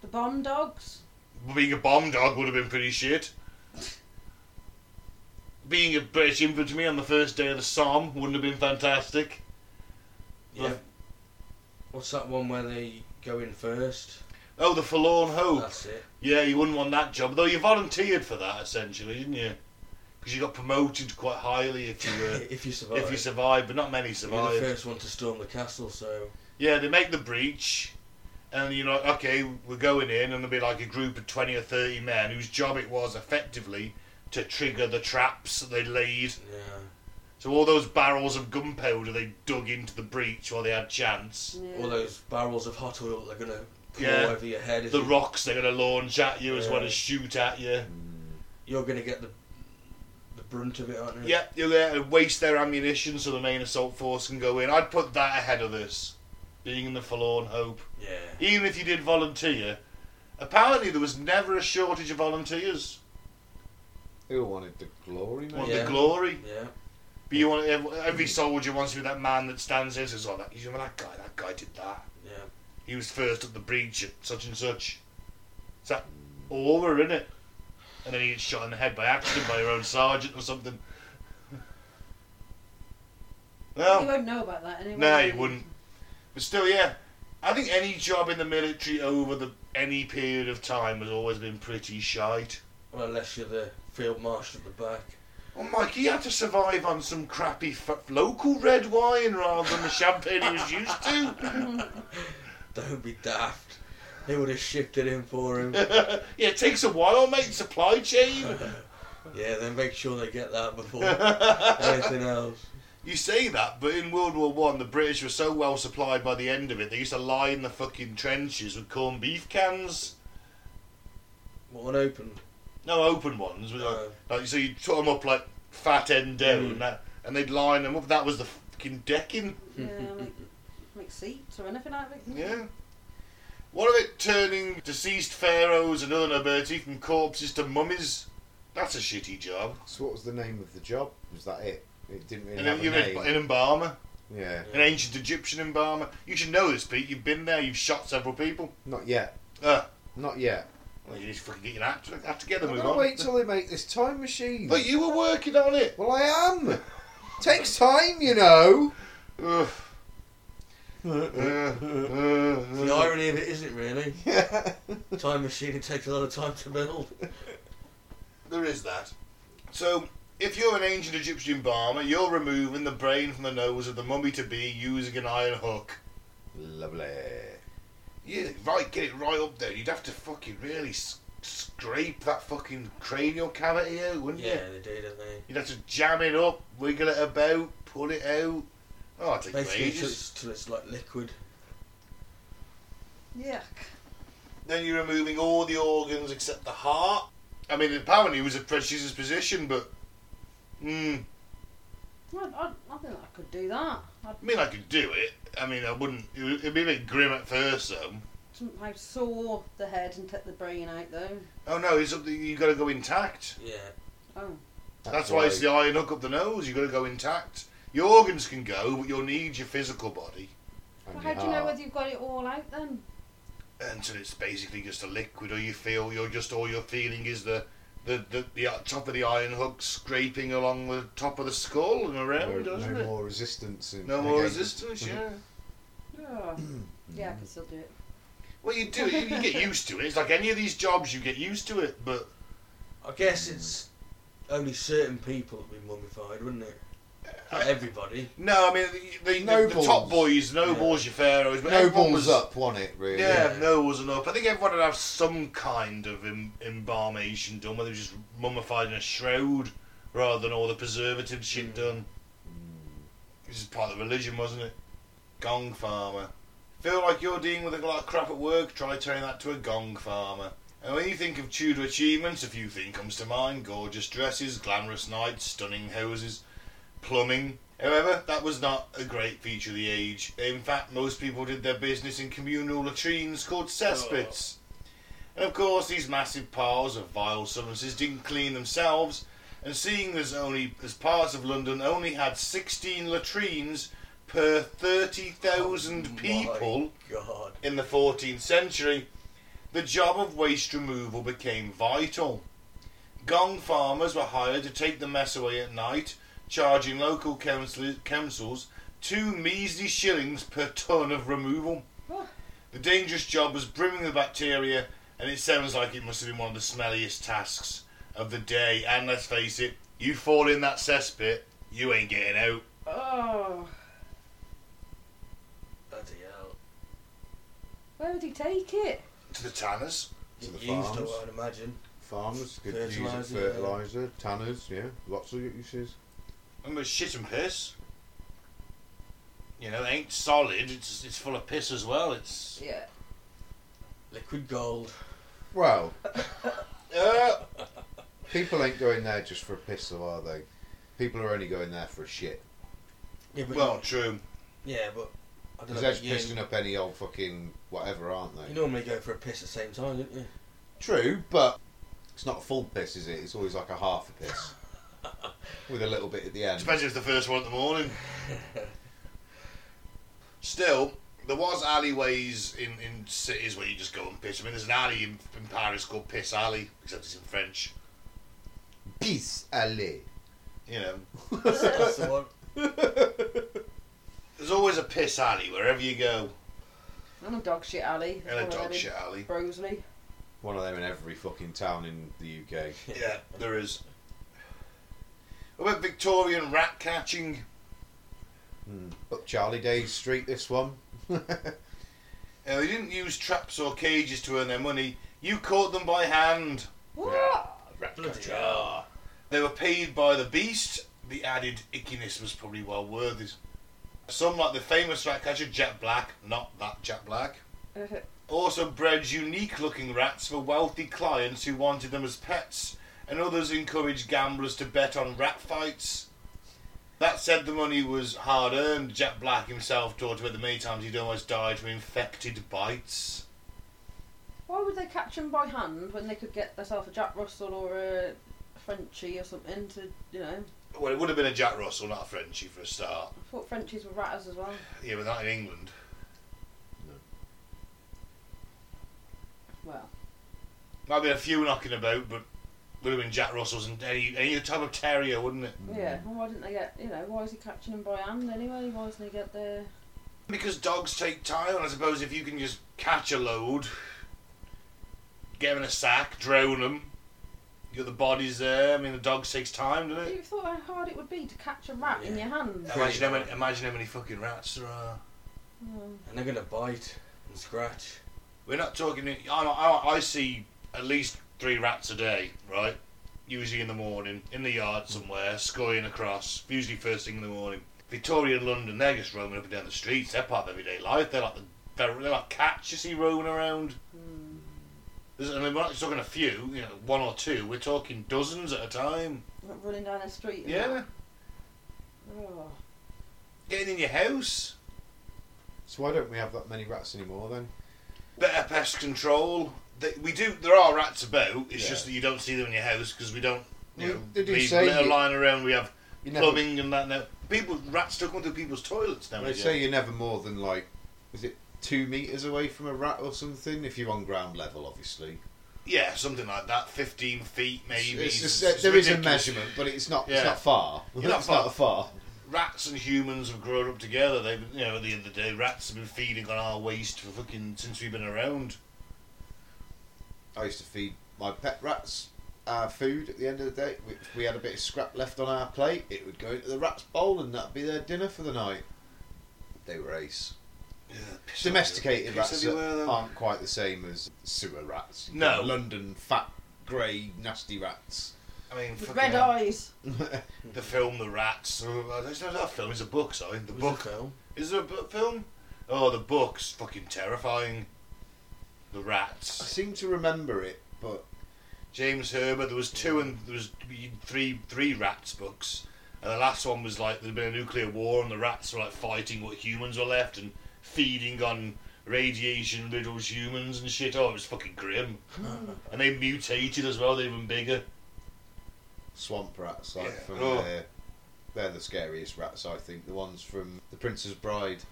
Speaker 2: The bomb dogs.
Speaker 1: Being a bomb dog would have been pretty shit. Being a British infantryman on the first day of the Somme wouldn't have been fantastic.
Speaker 3: Yeah. What's that one where they go in first?
Speaker 1: Oh, the forlorn hope.
Speaker 3: That's it.
Speaker 1: Yeah, you wouldn't want that job, though you volunteered for that essentially, didn't you? Because you got promoted quite highly if you were,
Speaker 3: if you survive,
Speaker 1: if you survived, but not many
Speaker 3: you're the
Speaker 1: survived.
Speaker 3: first one to storm the castle, so
Speaker 1: Yeah, they make the breach, and you're like, okay, we're going in, and there'll be like a group of 20 or 30 men whose job it was effectively to trigger the traps that they laid.
Speaker 3: yeah.
Speaker 1: So all those barrels of gunpowder they dug into the breach while they had chance.
Speaker 2: Yeah.
Speaker 3: All those barrels of hot oil that are gonna pour
Speaker 1: Yeah.
Speaker 3: over your head. if
Speaker 1: The
Speaker 3: you-
Speaker 1: rocks they're going to launch at you as well
Speaker 3: Yeah.
Speaker 1: as shoot at you.
Speaker 3: You're gonna get the the brunt of it, aren't you?
Speaker 1: Yep, you're there to waste their ammunition so the main assault force can go in. I'd put that ahead of this, being in the forlorn hope.
Speaker 3: Yeah.
Speaker 1: Even if you did volunteer, apparently there was never a shortage of volunteers.
Speaker 4: Who wanted the glory, mate?
Speaker 1: Want
Speaker 3: Yeah.
Speaker 1: the glory?
Speaker 3: Yeah.
Speaker 1: But you want every, every soldier wants to be that man that stands there and says, "Oh, that, you remember that guy? That guy did that.
Speaker 3: Yeah.
Speaker 1: He was first at the breach at such and such." It's that aura in it, and then he gets shot in the head by accident by your own sergeant or something.
Speaker 2: You
Speaker 1: Well,
Speaker 2: won't know about that anyway.
Speaker 1: no,
Speaker 2: will
Speaker 1: you wouldn't. But still, yeah, I think any job in the military over the any period of time has always been pretty shite.
Speaker 3: Well, unless you're the field marshal at the back.
Speaker 1: Well, Mike, he had to survive on some crappy f- local red wine rather than the champagne he was used to.
Speaker 3: Don't be daft. They would have shipped it in for him.
Speaker 1: yeah, it takes a while, mate. Supply chain.
Speaker 3: yeah, then make sure they get that before anything else.
Speaker 1: you say that, but in World War One, the British were so well supplied by the end of it, they used to line the fucking trenches with corned beef cans.
Speaker 3: What one opened?
Speaker 1: No open ones. With like,
Speaker 3: No.
Speaker 1: like, so you put them up like fat end down,
Speaker 3: Mm.
Speaker 1: and, that, and they'd line them up. That was the fucking decking.
Speaker 2: Yeah, like, like seats or anything like that.
Speaker 1: Yeah. What of it turning deceased pharaohs and other nobility from corpses to mummies? That's a shitty job.
Speaker 4: So what was the name of the job? Was that it? It didn't really
Speaker 1: And
Speaker 4: have
Speaker 1: then
Speaker 4: a
Speaker 1: you're
Speaker 4: name.
Speaker 1: an, an embalmer,
Speaker 4: yeah,
Speaker 1: an ancient Egyptian embalmer. You should know this, Pete. You've been there. You've shot several people.
Speaker 4: not yet.
Speaker 1: Uh,
Speaker 4: Not yet.
Speaker 1: well, you just fucking get your act, act together,
Speaker 4: I'm
Speaker 1: move
Speaker 4: gonna
Speaker 1: on.
Speaker 4: wait till they make this time machine.
Speaker 1: Oh But you were working on it.
Speaker 4: well, I am. Takes time, you know.
Speaker 1: Ugh.
Speaker 3: The irony of it isn't really.
Speaker 4: Yeah.
Speaker 3: Time machine it takes a lot of time to build.
Speaker 1: There is that. So, if you're an ancient Egyptian embalmer, you're removing the brain from the nose of the mummy to be using an iron hook.
Speaker 4: Lovely.
Speaker 1: Yeah, right, get it right up there. You'd have to fucking really s- scrape that fucking cranial cavity out, wouldn't you?
Speaker 3: Yeah, they do, don't they?
Speaker 1: You'd have to jam it up, wiggle it about, pull it out. Oh, it takes
Speaker 3: Basically, till
Speaker 1: ages.
Speaker 3: it's, till it's like liquid.
Speaker 2: Yuck.
Speaker 1: Then you're removing all the organs except the heart. I mean, apparently it was a prestigious position, but. Mm,
Speaker 2: I, I, I think I could do that. I'd
Speaker 1: I mean, I could do it. I mean, I wouldn't. It would, it'd be a bit grim at first, though.
Speaker 2: somehow saw the head and take the brain out though.
Speaker 1: Oh no, it's up the, you got to go intact.
Speaker 3: Yeah.
Speaker 2: Oh,
Speaker 1: That's why it's the iron hook up the nose. You've got to go intact. Your organs can go, but you'll need your physical body.
Speaker 4: And
Speaker 2: well,
Speaker 4: your
Speaker 2: how do you know
Speaker 4: heart.
Speaker 2: whether you've got it all out then?
Speaker 1: until it's basically just a liquid or you feel you're just all you're feeling is the the, the, the uh, top of the iron hook scraping along the top of the skull and
Speaker 4: no,
Speaker 1: around, doesn't
Speaker 4: no
Speaker 1: it?
Speaker 4: more resistance. in-
Speaker 1: no more
Speaker 4: against-
Speaker 1: resistance, yeah.
Speaker 2: Oh. yeah, I could still do it.
Speaker 1: Well, you do, you, you get used to it. It's like any of these jobs, you get used to it, but
Speaker 3: I guess it's only certain people that would be mummified, wouldn't it?
Speaker 1: Uh,
Speaker 3: Not everybody.
Speaker 1: no, I mean, the, the, the,
Speaker 4: Nobles.
Speaker 1: top boys,
Speaker 3: Yeah.
Speaker 1: nobles, your pharaohs, but
Speaker 4: No
Speaker 1: everyone
Speaker 4: balls
Speaker 1: was,
Speaker 4: up on it, really.
Speaker 1: Yeah,
Speaker 3: Yeah.
Speaker 1: nobles and up. I think everyone would have some kind of em- embalmation done, whether it was just mummified in a shroud rather than all the preservative shit done. This is part of the religion, wasn't it? Gong farmer. Feel like you're dealing with a lot of crap at work? Try turning that to a gong farmer. And when you think of Tudor achievements, a few things comes to mind: gorgeous dresses, glamorous nights, stunning houses, plumbing. However, that was not a great feature of the age. In fact, most people did their business in communal latrines called cesspits. And of course, these massive piles of vile substances didn't clean themselves, and seeing as only as parts of London only had 16 latrines per 30,000
Speaker 3: My
Speaker 1: people
Speaker 3: God.
Speaker 1: in the 14th century, the job of waste removal became vital. Gong farmers were hired to take the mess away at night, charging local council- councils two measly shillings per tonne of removal.
Speaker 2: Oh.
Speaker 1: The dangerous job was brimming with bacteria, and it sounds like it must have been one of the smelliest tasks of the day. And let's face it, you fall in that cesspit, you ain't getting out.
Speaker 2: Oh,
Speaker 3: Bloody hell.
Speaker 2: where would he take it?
Speaker 1: To the tanners.
Speaker 4: To the
Speaker 3: used
Speaker 4: farms.
Speaker 3: to, I'd imagine.
Speaker 4: Farmers could use it
Speaker 3: Fertiliser, yeah.
Speaker 4: fertiliser, tanners, yeah, lots of uses.
Speaker 1: Remember, shit and piss. You know, it ain't solid. It's it's full of piss as well. It's
Speaker 2: Yeah.
Speaker 3: Liquid gold.
Speaker 4: Well,
Speaker 1: uh,
Speaker 4: people ain't going there just for a piss, though, are they? People are only going there for a shit.
Speaker 3: Yeah, but
Speaker 1: well, true.
Speaker 3: yeah, but I don't know.
Speaker 4: Because they're
Speaker 3: about
Speaker 4: just
Speaker 3: you.
Speaker 4: pissing up any old fucking whatever, aren't they?
Speaker 3: You normally go for a piss at the same time, don't you?
Speaker 4: True, but it's not a full piss, is it? It's always like a half a piss. With a little bit at the end.
Speaker 1: Depends if it's the first one in the morning. Still, there was alleyways in, in cities where you just go and piss. I mean, there's an alley in, in Paris called Piss Alley, except it's in French.
Speaker 4: Peace, allez.
Speaker 1: You know,
Speaker 3: That's the one.
Speaker 1: there's always a piss alley wherever you go,
Speaker 2: And a dog shit alley.
Speaker 1: and a dog shit alley.
Speaker 2: Brosley.
Speaker 4: One of them in every fucking town in the UK.
Speaker 1: Yeah, there is. What about Victorian rat catching?
Speaker 4: Up Charlie Day Street, this one.
Speaker 1: Uh, they didn't use traps or cages to earn their money. You caught them by hand.
Speaker 2: What?
Speaker 1: Rat
Speaker 3: Bloody
Speaker 1: catcher.
Speaker 3: hell.
Speaker 1: They were paid by the beast. The added ickiness was probably well worth it. Some, like the famous rat catcher Jack Black, not that Jack Black, also bred unique looking rats for wealthy clients who wanted them as pets, and others encouraged gamblers to bet on rat fights. That said, the money was hard earned. Jack Black himself talked about the many times he'd almost died from infected bites.
Speaker 2: Why would they catch them by hand when they could get themselves a Jack Russell or a Frenchie or something to, you know?
Speaker 1: Well, it would have been a Jack Russell, not a Frenchie for a start.
Speaker 2: I thought Frenchies were ratters as well.
Speaker 1: Yeah, but not in England.
Speaker 2: Well,
Speaker 1: Might have been a few knocking about, but would have been Jack Russells and any any type of terrier, wouldn't it?
Speaker 2: yeah. Well, why didn't they get, you know, why is he catching them by hand anyway? Why doesn't he get the.
Speaker 1: Because dogs take time, and I suppose if you can just catch a load, get 'em in a sack, drone them, got the bodies there. I mean, the dogs takes time, doesn't
Speaker 2: Have
Speaker 1: it?
Speaker 2: you thought how hard it would be to catch a rat in
Speaker 3: Yeah.
Speaker 2: your hand?
Speaker 1: Imagine how, many, imagine how many fucking rats there are.
Speaker 2: Oh,
Speaker 3: And they're gonna bite and scratch.
Speaker 1: We're not talking. I, I, I see at least three rats a day, right? Usually in the morning, in the yard somewhere, scurrying across. Usually first thing in the morning. Victoria and London, they're just roaming up and down the streets. They're part of everyday life. They're like the they're, they're like cats you see roaming around.
Speaker 2: hmm.
Speaker 1: There's, and we're not just talking a few, you know, one or two. We're talking dozens at a time.
Speaker 2: Like running down the street. and
Speaker 1: Yeah,
Speaker 2: that. Oh.
Speaker 1: getting in your house.
Speaker 4: So why don't we have that many rats anymore then?
Speaker 1: Better pest control. They, we do. There are rats about. It's
Speaker 4: Yeah.
Speaker 1: just that you don't see them in your house because we don't. You
Speaker 4: Well,
Speaker 1: know,
Speaker 4: they do
Speaker 1: leave
Speaker 4: say
Speaker 1: litter
Speaker 4: you-
Speaker 1: lying around. We have
Speaker 4: You
Speaker 1: plumbing and that now. People rats stuck onto people's toilets now.
Speaker 4: They say you're never more than like, is it two meters away from a rat or something? If you're on ground level, obviously.
Speaker 1: yeah, something like that. Fifteen feet maybe.
Speaker 4: It's just-
Speaker 1: It's
Speaker 4: there is a
Speaker 1: ridiculous.
Speaker 4: measurement, but it's not.
Speaker 1: Yeah.
Speaker 4: It's not far.
Speaker 1: You're not
Speaker 4: it's
Speaker 1: far.
Speaker 4: not far.
Speaker 1: Rats and humans have grown up together. They've you know at the end of the day, rats have been feeding on our waste for fucking since we've been around.
Speaker 4: I used to feed my pet rats uh, food at the end of the day. Which we had a bit of scrap left on our plate. It would go into the rat's bowl, and that'd be their dinner for the night. They were ace.
Speaker 1: Yeah, piss
Speaker 4: Domesticated
Speaker 1: everywhere.
Speaker 4: rats
Speaker 1: Piss everywhere, though.
Speaker 4: aren't quite the same as sewer rats. You've
Speaker 1: No.
Speaker 4: got London fat, grey, nasty rats.
Speaker 1: I mean,
Speaker 2: With
Speaker 1: fucking
Speaker 2: red
Speaker 1: hell.
Speaker 2: eyes.
Speaker 1: The film, The Rats. Uh, It's not a film. It's a book. Sorry, the
Speaker 3: It was
Speaker 1: book.
Speaker 3: a film.
Speaker 1: Is there a book film? Oh, the book's fucking terrifying. The
Speaker 4: I
Speaker 1: rats.
Speaker 4: seem to remember it, but
Speaker 1: James Herbert. There was two and there was three three rats books, and the last one was like there'd been a nuclear war and the rats were like fighting what humans were left and feeding on radiation riddled humans and shit. Oh, it was fucking grim. and they mutated as well. They were even bigger.
Speaker 4: swamp rats like
Speaker 1: Yeah.
Speaker 4: from
Speaker 1: Oh.
Speaker 4: uh, they're the scariest rats I think. The ones from The Princess Bride.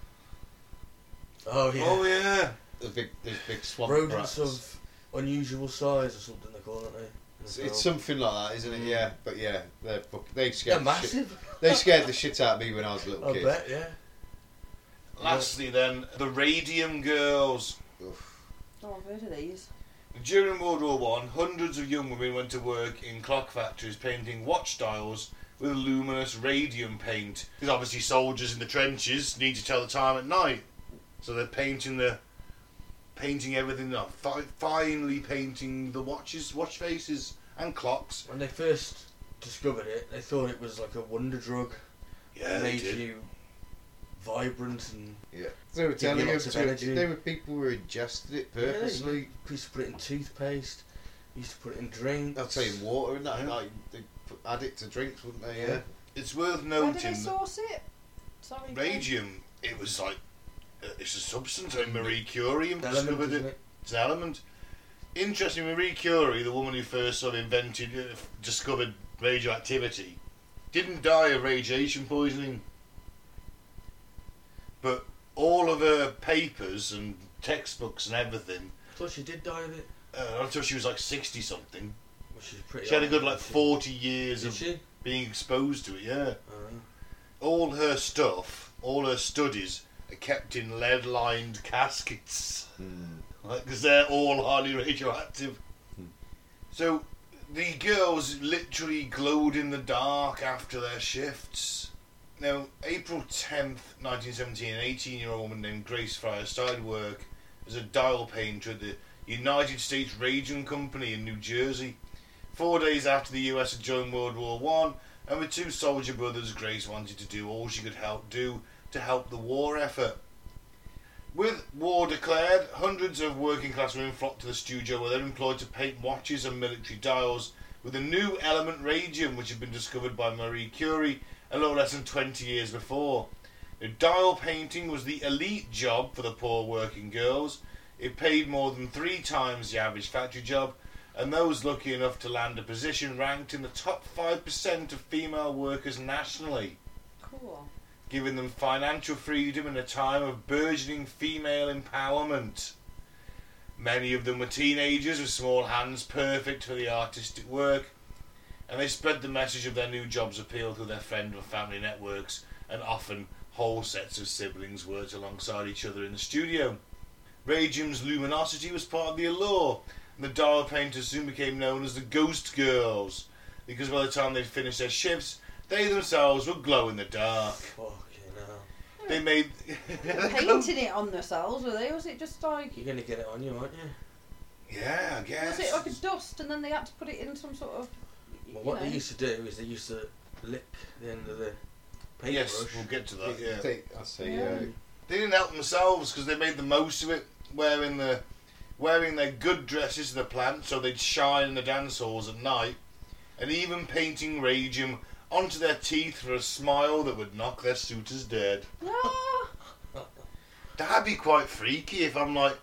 Speaker 3: Oh yeah.
Speaker 1: Oh yeah.
Speaker 4: The big there's big swamp
Speaker 3: Rodents
Speaker 4: rats.
Speaker 3: of unusual size or something they call it, aren't they?
Speaker 4: It's, it's something like that, isn't it?
Speaker 3: Mm.
Speaker 4: Yeah, but yeah, they're fuck- they
Speaker 3: They're
Speaker 4: scared the shit.
Speaker 3: massive.
Speaker 4: They scared the shit out of me when I was a little
Speaker 3: I
Speaker 4: kid.
Speaker 3: bet, yeah.
Speaker 1: Lastly, then the Radium Girls.
Speaker 2: Oh, I've heard of these.
Speaker 1: During World War One, hundreds of young women went to work in clock factories painting watch dials with luminous radium paint. Because obviously soldiers in the trenches need to tell the time at night, so they're painting the, painting everything up, fi- finely painting the watches, watch faces, and clocks.
Speaker 3: When they first discovered it, they thought it was like a wonder drug.
Speaker 1: Yeah, they
Speaker 3: made
Speaker 1: did.
Speaker 3: you vibrant and
Speaker 4: They
Speaker 3: Give
Speaker 4: were
Speaker 3: you
Speaker 4: telling them
Speaker 3: lots of
Speaker 4: to.
Speaker 3: energy.
Speaker 4: They were people who ingested it
Speaker 3: Yeah,
Speaker 4: purposely.
Speaker 3: you used to put it in toothpaste. You used to put it in drinks.
Speaker 4: I'll tell you water and that.
Speaker 1: Yeah.
Speaker 4: Like they put, add it to drinks, wouldn't they? Yeah.
Speaker 3: Yeah.
Speaker 1: It's worth
Speaker 2: Where did they
Speaker 1: noting that
Speaker 2: source it? Sorry.
Speaker 1: radium. It was like uh, it's a substance. like Marie Curie
Speaker 3: Element,
Speaker 1: discovered it.
Speaker 3: isn't it?
Speaker 1: It's an element. Interesting, Marie Curie, the woman who first sort of invented, uh, discovered radioactivity, didn't die of radiation poisoning. But all of her papers and textbooks and everything,
Speaker 3: I thought she did die of it.
Speaker 1: uh, until she was like 60 something,
Speaker 3: Which is pretty.
Speaker 1: she had a
Speaker 3: old,
Speaker 1: good like
Speaker 3: isn't she?
Speaker 1: 40 years
Speaker 3: Did
Speaker 1: of
Speaker 3: she? Oh,
Speaker 1: being exposed to it, yeah.
Speaker 3: Alright.
Speaker 1: All her stuff, all her studies, are kept in lead lined caskets.
Speaker 4: Mm.
Speaker 1: because they're all highly radioactive.
Speaker 4: Hmm.
Speaker 1: So the girls literally glowed in the dark after their shifts. Now, April 10th, 1917, an 18 year old woman named Grace Fryer started work as a dial painter at the United States Radium Company in New Jersey. Four days after the US had joined World War One, and with two soldier brothers, Grace wanted to do all she could help do to help the war effort. With war declared, hundreds of working class women flocked to the studio where they're employed to paint watches and military dials with the new element radium, which had been discovered by Marie Curie a little less than 20 years before. The dial painting was the elite job for the poor working girls. It paid more than three times the average factory job, and those lucky enough to land a position ranked in the top 5% of female workers nationally
Speaker 2: Cool.
Speaker 1: giving them financial freedom in a time of burgeoning female empowerment. Many of them were teenagers with small hands perfect for the artistic work, and they spread the message of their new job's appeal through their friend or family networks, and often whole sets of siblings worked alongside each other in the studio. Radium's luminosity was part of the allure, and the dial painters soon became known as the Ghost Girls, because by the time they'd finished their shifts, they themselves would glow in the dark.
Speaker 3: Fucking hell.
Speaker 1: They made
Speaker 2: Painting it on themselves, were they? Or was it just like.
Speaker 3: You're gonna get it on you, aren't you?
Speaker 1: Yeah, I guess.
Speaker 2: Was it like a dust and then they had to put it in some sort of. you
Speaker 3: Well, what
Speaker 2: know,
Speaker 3: they used to do is they used to lick the end of the paintbrush.
Speaker 1: yes, we'll get to that. Yeah.
Speaker 4: Take, I say,
Speaker 2: Yeah.
Speaker 4: yeah.
Speaker 1: They didn't help themselves because they made the most of it, wearing the wearing their good dresses to the plant so they'd shine in the dance halls at night, and even painting radium onto their teeth for a smile that would knock their suitors dead.
Speaker 2: Ah,
Speaker 1: That'd be quite freaky if I'm like.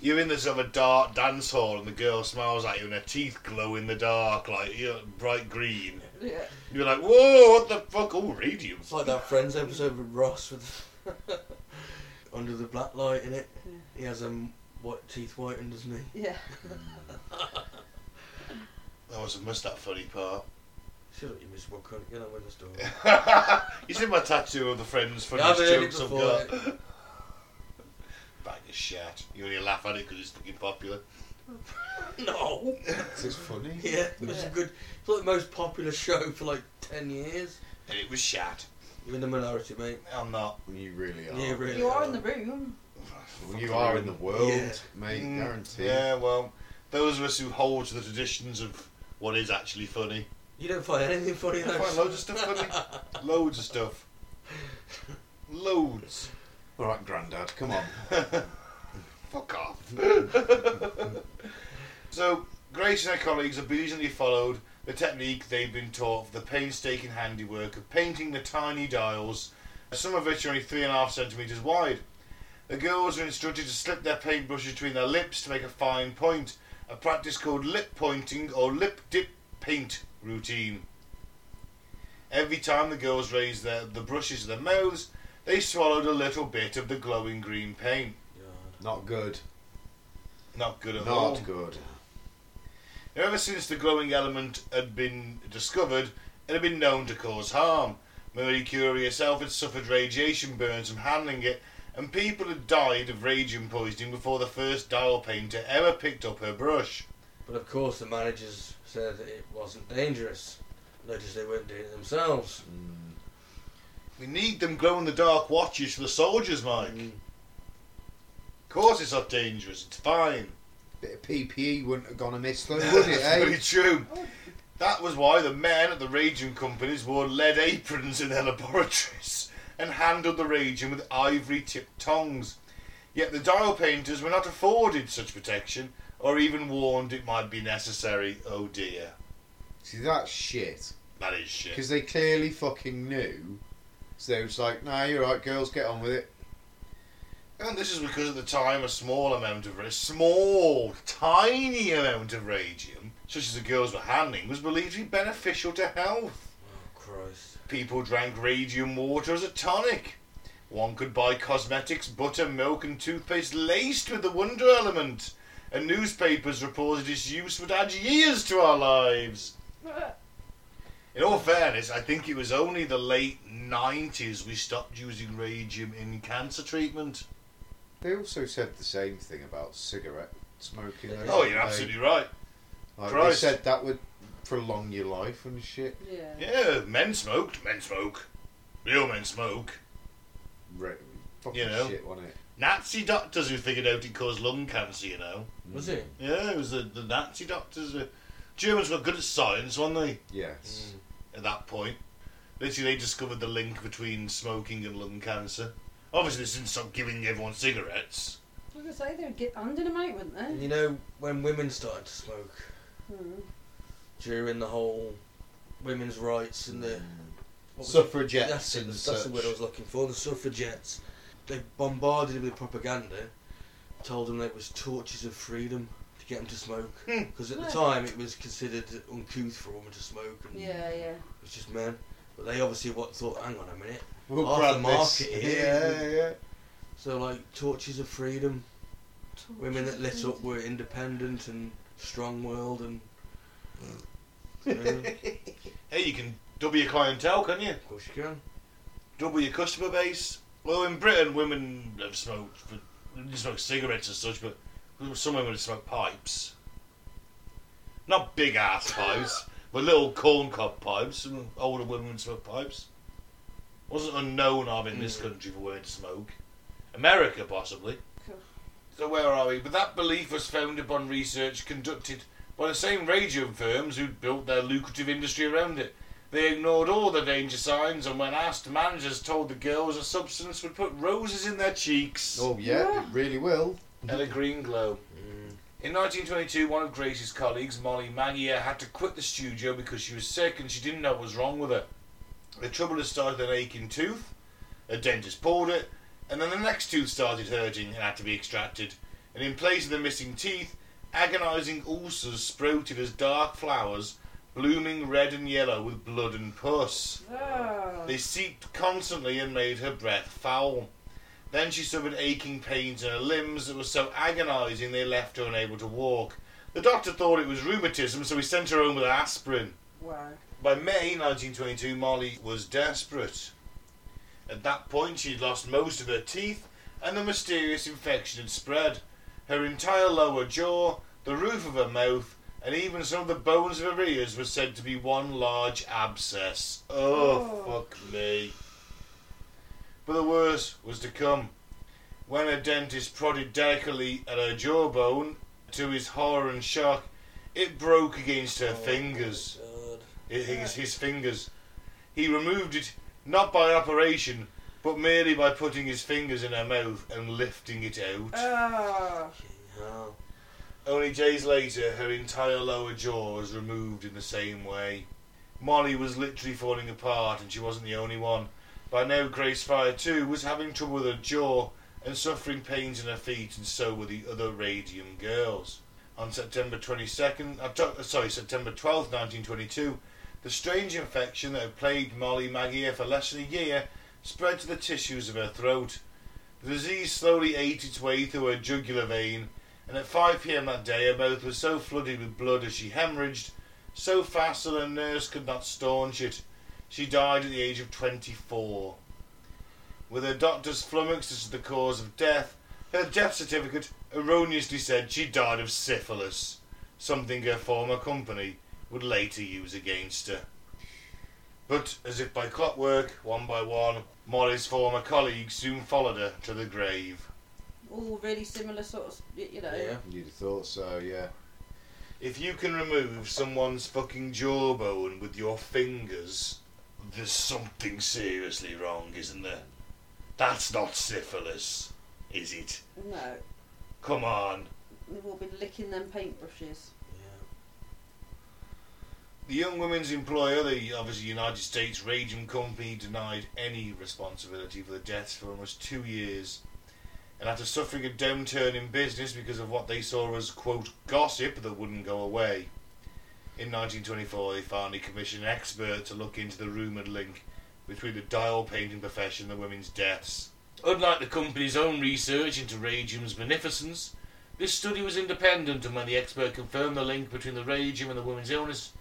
Speaker 1: You're in this other dark dance hall and the girl smiles at you and her teeth glow in the dark like you know, bright green.
Speaker 2: yeah.
Speaker 1: You're like, whoa, what the fuck? Oh, radium.
Speaker 3: It's like that Friends episode with Ross with under the black light in it.
Speaker 2: Yeah.
Speaker 3: He has um white teeth whitened, doesn't he?
Speaker 2: Yeah.
Speaker 1: I must have missed that funny part.
Speaker 3: Shut up, you miserable cunt. Get on with the story.
Speaker 1: you see my tattoo of the friends
Speaker 3: Yeah, I've
Speaker 1: funniest
Speaker 3: heard it
Speaker 1: jokes I've got.
Speaker 3: before.
Speaker 1: Bag of shit. You only laugh at it because it's fucking popular.
Speaker 3: no.
Speaker 4: uh, It's just funny.
Speaker 3: Yeah, it was a good. It's like the most popular show for like ten years.
Speaker 1: And it was shat.
Speaker 3: You're in the minority, mate.
Speaker 1: I'm not.
Speaker 4: You really are.
Speaker 3: Yeah, really.
Speaker 2: You are in the room.
Speaker 4: Well, you are in the world,
Speaker 3: Yeah.
Speaker 4: mate.
Speaker 1: Mm,
Speaker 4: Guaranteed.
Speaker 1: Yeah, well, those of us who hold to the traditions of what is actually funny.
Speaker 3: You don't find anything funny.
Speaker 1: I find loads of stuff funny. Loads of stuff. Loads.
Speaker 4: All right, Grandad, come on.
Speaker 1: Fuck off. so, Grace and her colleagues obediently followed the technique they'd been taught for the painstaking handiwork of painting the tiny dials, some of which are only three and a half centimetres wide. The girls were instructed to slip their paintbrushes between their lips to make a fine point, a practice called lip pointing or lip dip paint routine. Every time the girls raised their, the brushes of their mouths, they swallowed a little bit of the glowing green paint.
Speaker 3: God.
Speaker 4: Not good.
Speaker 1: Not good at
Speaker 4: Not
Speaker 1: all.
Speaker 4: good.
Speaker 1: Now, Ever since the glowing element had been discovered, it had been known to cause harm. Marie Curie herself had suffered radiation burns from handling it, and people had died of radium poisoning before the first dial painter ever picked up her brush.
Speaker 3: But of course, the managers said that it wasn't dangerous. Noticed they weren't doing it themselves.
Speaker 4: Mm.
Speaker 1: We need them glow in the dark watches for the soldiers, Mike.
Speaker 3: Mm.
Speaker 1: Of course, it's not dangerous, it's fine.
Speaker 4: Bit of PPE wouldn't have gone amiss though, would it,
Speaker 1: That's
Speaker 4: eh?
Speaker 1: pretty true. That was why the men at the radium companies wore lead aprons in their laboratories and handled the radium with ivory tipped tongs. Yet the dial painters were not afforded such protection or even warned it might be necessary. Oh dear.
Speaker 4: See, that's shit.
Speaker 1: That is shit.
Speaker 4: Because they clearly fucking knew. So they was like, nah, you're right, girls, get on with it.
Speaker 1: And this is because at the time a small amount of ra- small, tiny amount of radium, such as the girls were handling, was believed to be beneficial to health.
Speaker 3: Oh, Christ.
Speaker 1: People drank radium water as a tonic. One could buy cosmetics, butter, milk, and toothpaste laced with the wonder element. And newspapers reported its use would add years to our lives. In all fairness, I think it was only the late 90s we stopped using radium in cancer treatment.
Speaker 4: They also said the same thing about cigarette smoking. though,
Speaker 1: Oh,
Speaker 4: didn't
Speaker 1: you're
Speaker 4: they?
Speaker 1: absolutely right.
Speaker 4: Like, they
Speaker 1: Christ.
Speaker 4: said that would prolong your life and shit.
Speaker 2: Yeah.
Speaker 1: Yeah, men smoked. Men smoke. Real men smoke.
Speaker 4: Re- fucking
Speaker 1: You know.
Speaker 4: shit, wasn't it?
Speaker 1: Nazi doctors who figured out it caused lung cancer, you know.
Speaker 3: Was it?
Speaker 1: Yeah, it was the, the Nazi doctors. Uh, Germans were good at science, weren't they? Mm.
Speaker 4: Yes.
Speaker 1: At that point, literally, they discovered the link between smoking and lung cancer. Obviously, this didn't stop giving everyone cigarettes.
Speaker 2: I was gonna say they'd get under the mate, wouldn't
Speaker 3: And
Speaker 2: they?
Speaker 3: you know, when women started to smoke
Speaker 2: Hmm.
Speaker 3: during the whole women's rights and the. what was it?
Speaker 4: Suffragettes
Speaker 3: That's, it,
Speaker 4: and
Speaker 3: that's
Speaker 4: such.
Speaker 3: the word I was looking for. The suffragettes. They bombarded them with propaganda, told them that it was tortures of freedom to get them to smoke.
Speaker 1: Hmm.
Speaker 3: Because at the
Speaker 2: Yeah.
Speaker 3: time it was considered uncouth for a woman to smoke, and
Speaker 2: Yeah, yeah.
Speaker 3: it was just men. But they obviously what thought, hang on a minute.
Speaker 4: We'll
Speaker 3: Half
Speaker 4: grab
Speaker 3: the
Speaker 4: this.
Speaker 3: market
Speaker 4: Yeah,
Speaker 3: here.
Speaker 4: yeah.
Speaker 3: So like tortures of freedom, women that lit up were independent and strong-willed, and Yeah.
Speaker 1: Mm. Hey, you can double your clientele, can you?
Speaker 3: of course you can.
Speaker 1: Double your customer base. Well, in Britain, women have smoked, but didn't smoke cigarettes and such, but some women have smoked pipes. Not big ass pipes, but little corncob pipes. Some older women would smoke pipes. Wasn't unknown of in this
Speaker 3: Mm.
Speaker 1: country for women to smoke. America, possibly.
Speaker 2: Cool.
Speaker 1: So where are we? But that belief was founded upon research conducted by the same radium firms who built their lucrative industry around it. They ignored all the danger signs, and when asked, managers told the girls a substance would put roses in their cheeks
Speaker 4: Oh, yeah,
Speaker 2: Yeah.
Speaker 4: it really will.
Speaker 1: and a green glow.
Speaker 3: Mm.
Speaker 1: In 1922, one of Grace's colleagues, Molly Maggier, had to quit the studio because she was sick and she didn't know what was wrong with her. The trouble had started with an aching tooth, a dentist pulled it, and then the next tooth started hurting and had to be extracted. And in place of the missing teeth, agonising ulcers sprouted as dark flowers, blooming red and yellow with blood and pus.
Speaker 2: Ah.
Speaker 1: They seeped constantly and made her breath foul. Then she suffered aching pains in her limbs that were so agonising they left her unable to walk. The doctor thought it was rheumatism, so he sent her home with aspirin.
Speaker 2: Wow.
Speaker 1: By May 1922, Molly was desperate. At that point, she'd lost most of her teeth, and the mysterious infection had spread. Her entire lower jaw, the roof of her mouth, and even some of the bones of her ears were said to be one large abscess. Oh,
Speaker 2: Oh.
Speaker 1: fuck me. But the worst was to come. When her dentist prodded delicately at her jawbone, to his horror and shock, it broke against her
Speaker 3: Oh,
Speaker 1: fingers
Speaker 3: God.
Speaker 1: his, his, his fingers. He removed it not by operation, but merely by putting his fingers in her mouth and lifting it out.
Speaker 2: Ah.
Speaker 3: Fucking hell.
Speaker 1: Only days later, her entire lower jaw was removed in the same way. Molly was literally falling apart, and she wasn't the only one. By now, Grace Fire too was having trouble with her jaw and suffering pains in her feet, and so were the other Radium girls. On September 22nd, uh, to- uh, sorry, September 12th, 1922, The strange infection that had plagued Molly Maguire for less than a year spread to the tissues of her throat. The disease slowly ate its way through her jugular vein, and at 5 pm that day her mouth was so flooded with blood as she hemorrhaged, so fast that her nurse could not staunch it. She died at the age of 24. With her doctor's flummox as to the cause of death, her death certificate erroneously said she died of syphilis, something her former company would later use against her. But, as if by clockwork, one by one, Molly's former colleagues soon followed her to the grave.
Speaker 2: All really similar sort of, y- you know.
Speaker 3: Yeah.
Speaker 4: You'd have thought so, yeah.
Speaker 1: If you can remove someone's fucking jawbone with your fingers, there's something seriously wrong, isn't there? That's not syphilis, is it?
Speaker 2: No,
Speaker 1: Come on.
Speaker 2: they've all been licking them paintbrushes.
Speaker 3: Yeah.
Speaker 1: The young woman's employer, the obviously United States Radium Company, denied any responsibility for the deaths for almost two years. And after suffering a downturn in business because of what they saw as, quote, gossip that wouldn't go away, in 1924 they finally commissioned an expert to look into the rumoured link between the dial painting profession and the women's deaths. Unlike the company's own research into radium's beneficence, this study was independent, and when the expert confirmed the link between the radium and the woman's illness,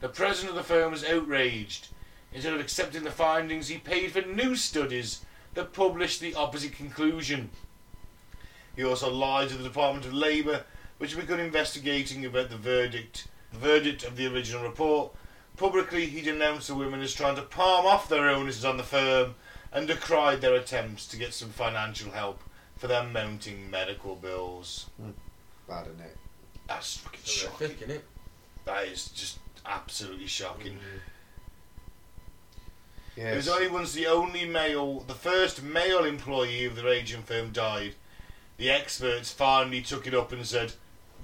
Speaker 1: the president of the firm was outraged. Instead of accepting the findings, he paid for new studies that published the opposite conclusion. He also lied to the Department of Labour, which began investigating about the verdict. The verdict of the original report. Publicly, he denounced the women as trying to palm off their illnesses on the firm and decried their attempts to get some financial help for their mounting medical bills.
Speaker 4: Bad, isn't it?
Speaker 1: That's fucking shocking.
Speaker 3: Horrific, innit?
Speaker 1: That is just absolutely shocking.
Speaker 4: Mm. Yes.
Speaker 1: It was only once the only male, the first male employee of the radium firm died, the experts finally took it up and said,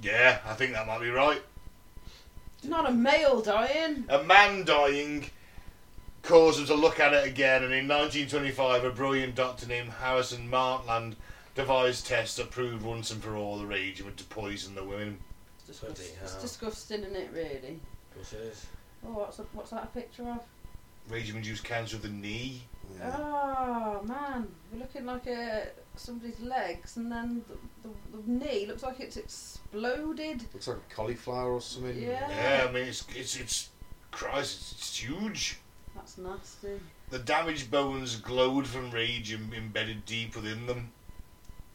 Speaker 1: "Yeah, I think that might be right."
Speaker 2: Not a male dying.
Speaker 1: A man dying caused them to look at it again, and in 1925, a brilliant doctor named Harrison Martland devised tests that proved once and for all the radium had poisoned the women.
Speaker 2: It's, disgust-
Speaker 3: Bloody
Speaker 2: it's
Speaker 3: hell.
Speaker 2: disgusting, isn't it? Really.
Speaker 3: Of course it is.
Speaker 2: Oh, what's, a, what's that a picture of?
Speaker 1: Radium-induced cancer of the knee.
Speaker 4: Yeah.
Speaker 2: Oh man, we're looking like a somebody's legs, and then the, the, the knee looks like it's exploded.
Speaker 4: Looks like a cauliflower or something.
Speaker 2: Yeah.
Speaker 1: Yeah, I mean it's it's it's, Christ, it's, it's huge.
Speaker 2: That's nasty.
Speaker 1: The damaged bones glowed from rage and embedded deep within them.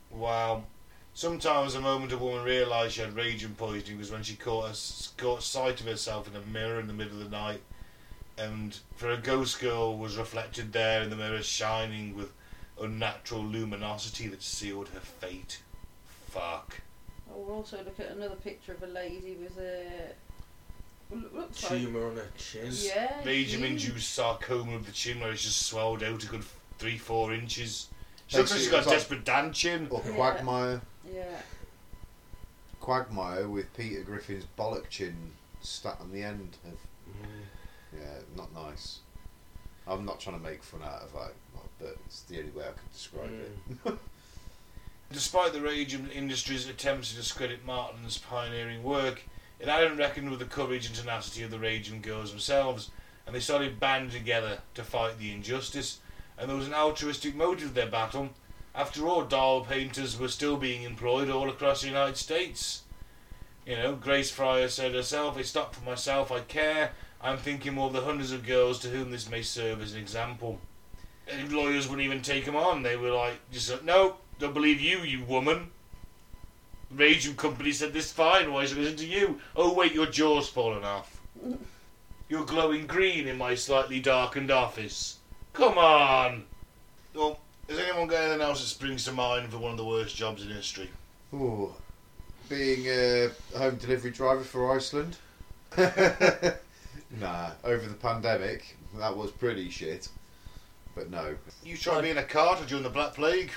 Speaker 1: Wow. Sometimes the moment a woman realised she had rage and poisoning was when she caught, us caught sight of herself in a mirror in the middle of the night, and for a ghost girl was reflected there in the mirror, shining with unnatural luminosity that sealed her fate. Fuck.
Speaker 2: Oh, we'll also look at another picture of a lady with a lo- looks like
Speaker 3: Tumour on her chin.
Speaker 2: yeah,
Speaker 1: Radium
Speaker 2: huge.
Speaker 1: induced sarcoma of the chin, where it's just swelled out a good three, four inches. She looks
Speaker 4: Thanks,
Speaker 1: like she's
Speaker 4: it
Speaker 1: got
Speaker 4: was
Speaker 1: a
Speaker 4: like-
Speaker 1: desperate Dan chin.
Speaker 4: Or
Speaker 2: Yeah.
Speaker 4: Quagmire.
Speaker 2: Yeah,
Speaker 4: Quagmire with Peter Griffin's bollock chin stat on the end of.
Speaker 3: Mm.
Speaker 4: Yeah, not nice. I'm not trying to make fun out of it, but it's the only way I could describe it.
Speaker 1: Despite the radium industry's attempts to discredit Martin's pioneering work, it hadn't reckoned with the courage and tenacity of the radium girls themselves, and they started banding together to fight the injustice. And there was an altruistic motive to their battle. After all, doll painters were still being employed all across the United States. You know, Grace Fryer said herself, It's not for myself I care. I'm thinking more of the hundreds of girls to whom this may serve as an example. And lawyers wouldn't even take them on. They were like, just like, no, don't believe you, you woman. Radium company said this fine. Why should I listen to you? Oh wait, your jaw's fallen off. You're glowing green in my slightly darkened office. Come on. Well, has anyone got anything else that springs to mind for one of the worst jobs in history?
Speaker 4: Ooh, being a home delivery driver for Iceland. nah, over the pandemic, that was pretty shit. But no,
Speaker 1: You try being a carter during the Black Plague.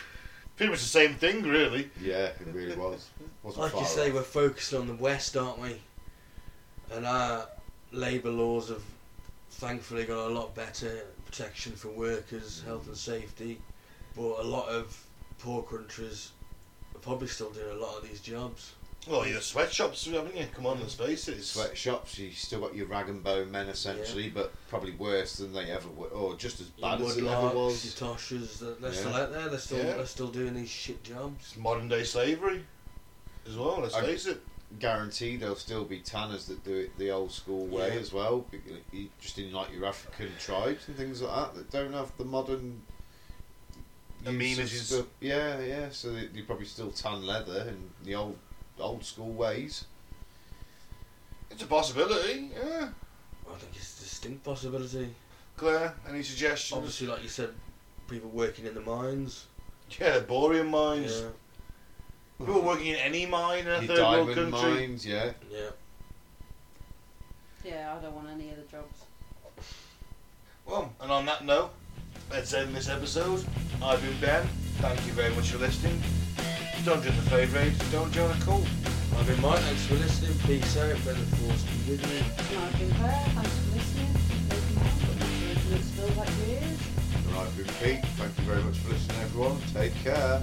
Speaker 1: Pretty much the same thing, really.
Speaker 4: yeah, it really was. Wasn't
Speaker 3: Like
Speaker 4: far
Speaker 3: you say,
Speaker 4: off.
Speaker 3: we're focused on the West, aren't we? And our labour laws have thankfully got a lot better protection for workers,
Speaker 4: Mm.
Speaker 3: health and safety. But a lot of poor countries are probably still doing a lot of these jobs.
Speaker 1: Well, your sweatshops, haven't you? Come on, let's face it. It's,
Speaker 4: sweatshops. You still got your rag and bone men essentially, but probably worse than they ever were, or just as
Speaker 3: Your
Speaker 4: bad as it ever
Speaker 3: Woodlarks,
Speaker 4: was.
Speaker 3: your Toshas, they're, they're still
Speaker 4: Yeah.
Speaker 3: out there. They're still
Speaker 1: Yeah.
Speaker 3: they're still doing these shit jobs.
Speaker 1: it's modern day slavery as well, let's
Speaker 4: I-
Speaker 1: face it.
Speaker 4: Guaranteed, there'll still be tanners that do it the old school way
Speaker 3: Yeah.
Speaker 4: as well, be- you- just in like your African tribes and things like that that don't have the modern. use of
Speaker 1: Amenities.
Speaker 4: stuff. Yeah, yeah. So they, they probably still tan leather in the old old school ways.
Speaker 1: It's a possibility, yeah.
Speaker 3: I think it's a distinct possibility.
Speaker 1: Claire, any suggestions?
Speaker 3: Obviously, like you said, people working in the mines.
Speaker 1: Yeah, boring mines.
Speaker 3: Yeah,
Speaker 1: People working in any mine in a
Speaker 4: Your
Speaker 1: third world
Speaker 4: diamond
Speaker 1: country.
Speaker 4: mines, yeah.
Speaker 3: yeah.
Speaker 2: Yeah, I don't want any other jobs.
Speaker 1: Well, and on that note, let's end this episode. I've been Ben. Thank you very much for listening. Don't join the fade rate. Don't join a call.
Speaker 3: I've been Mike. Thanks for listening. Peace out. May the force be with you.
Speaker 2: And I've been Claire, thanks for listening. Open mouth, but not sure if it spills like yours.
Speaker 4: Right, I've been Pete. Thank you very much for listening, everyone. Take care.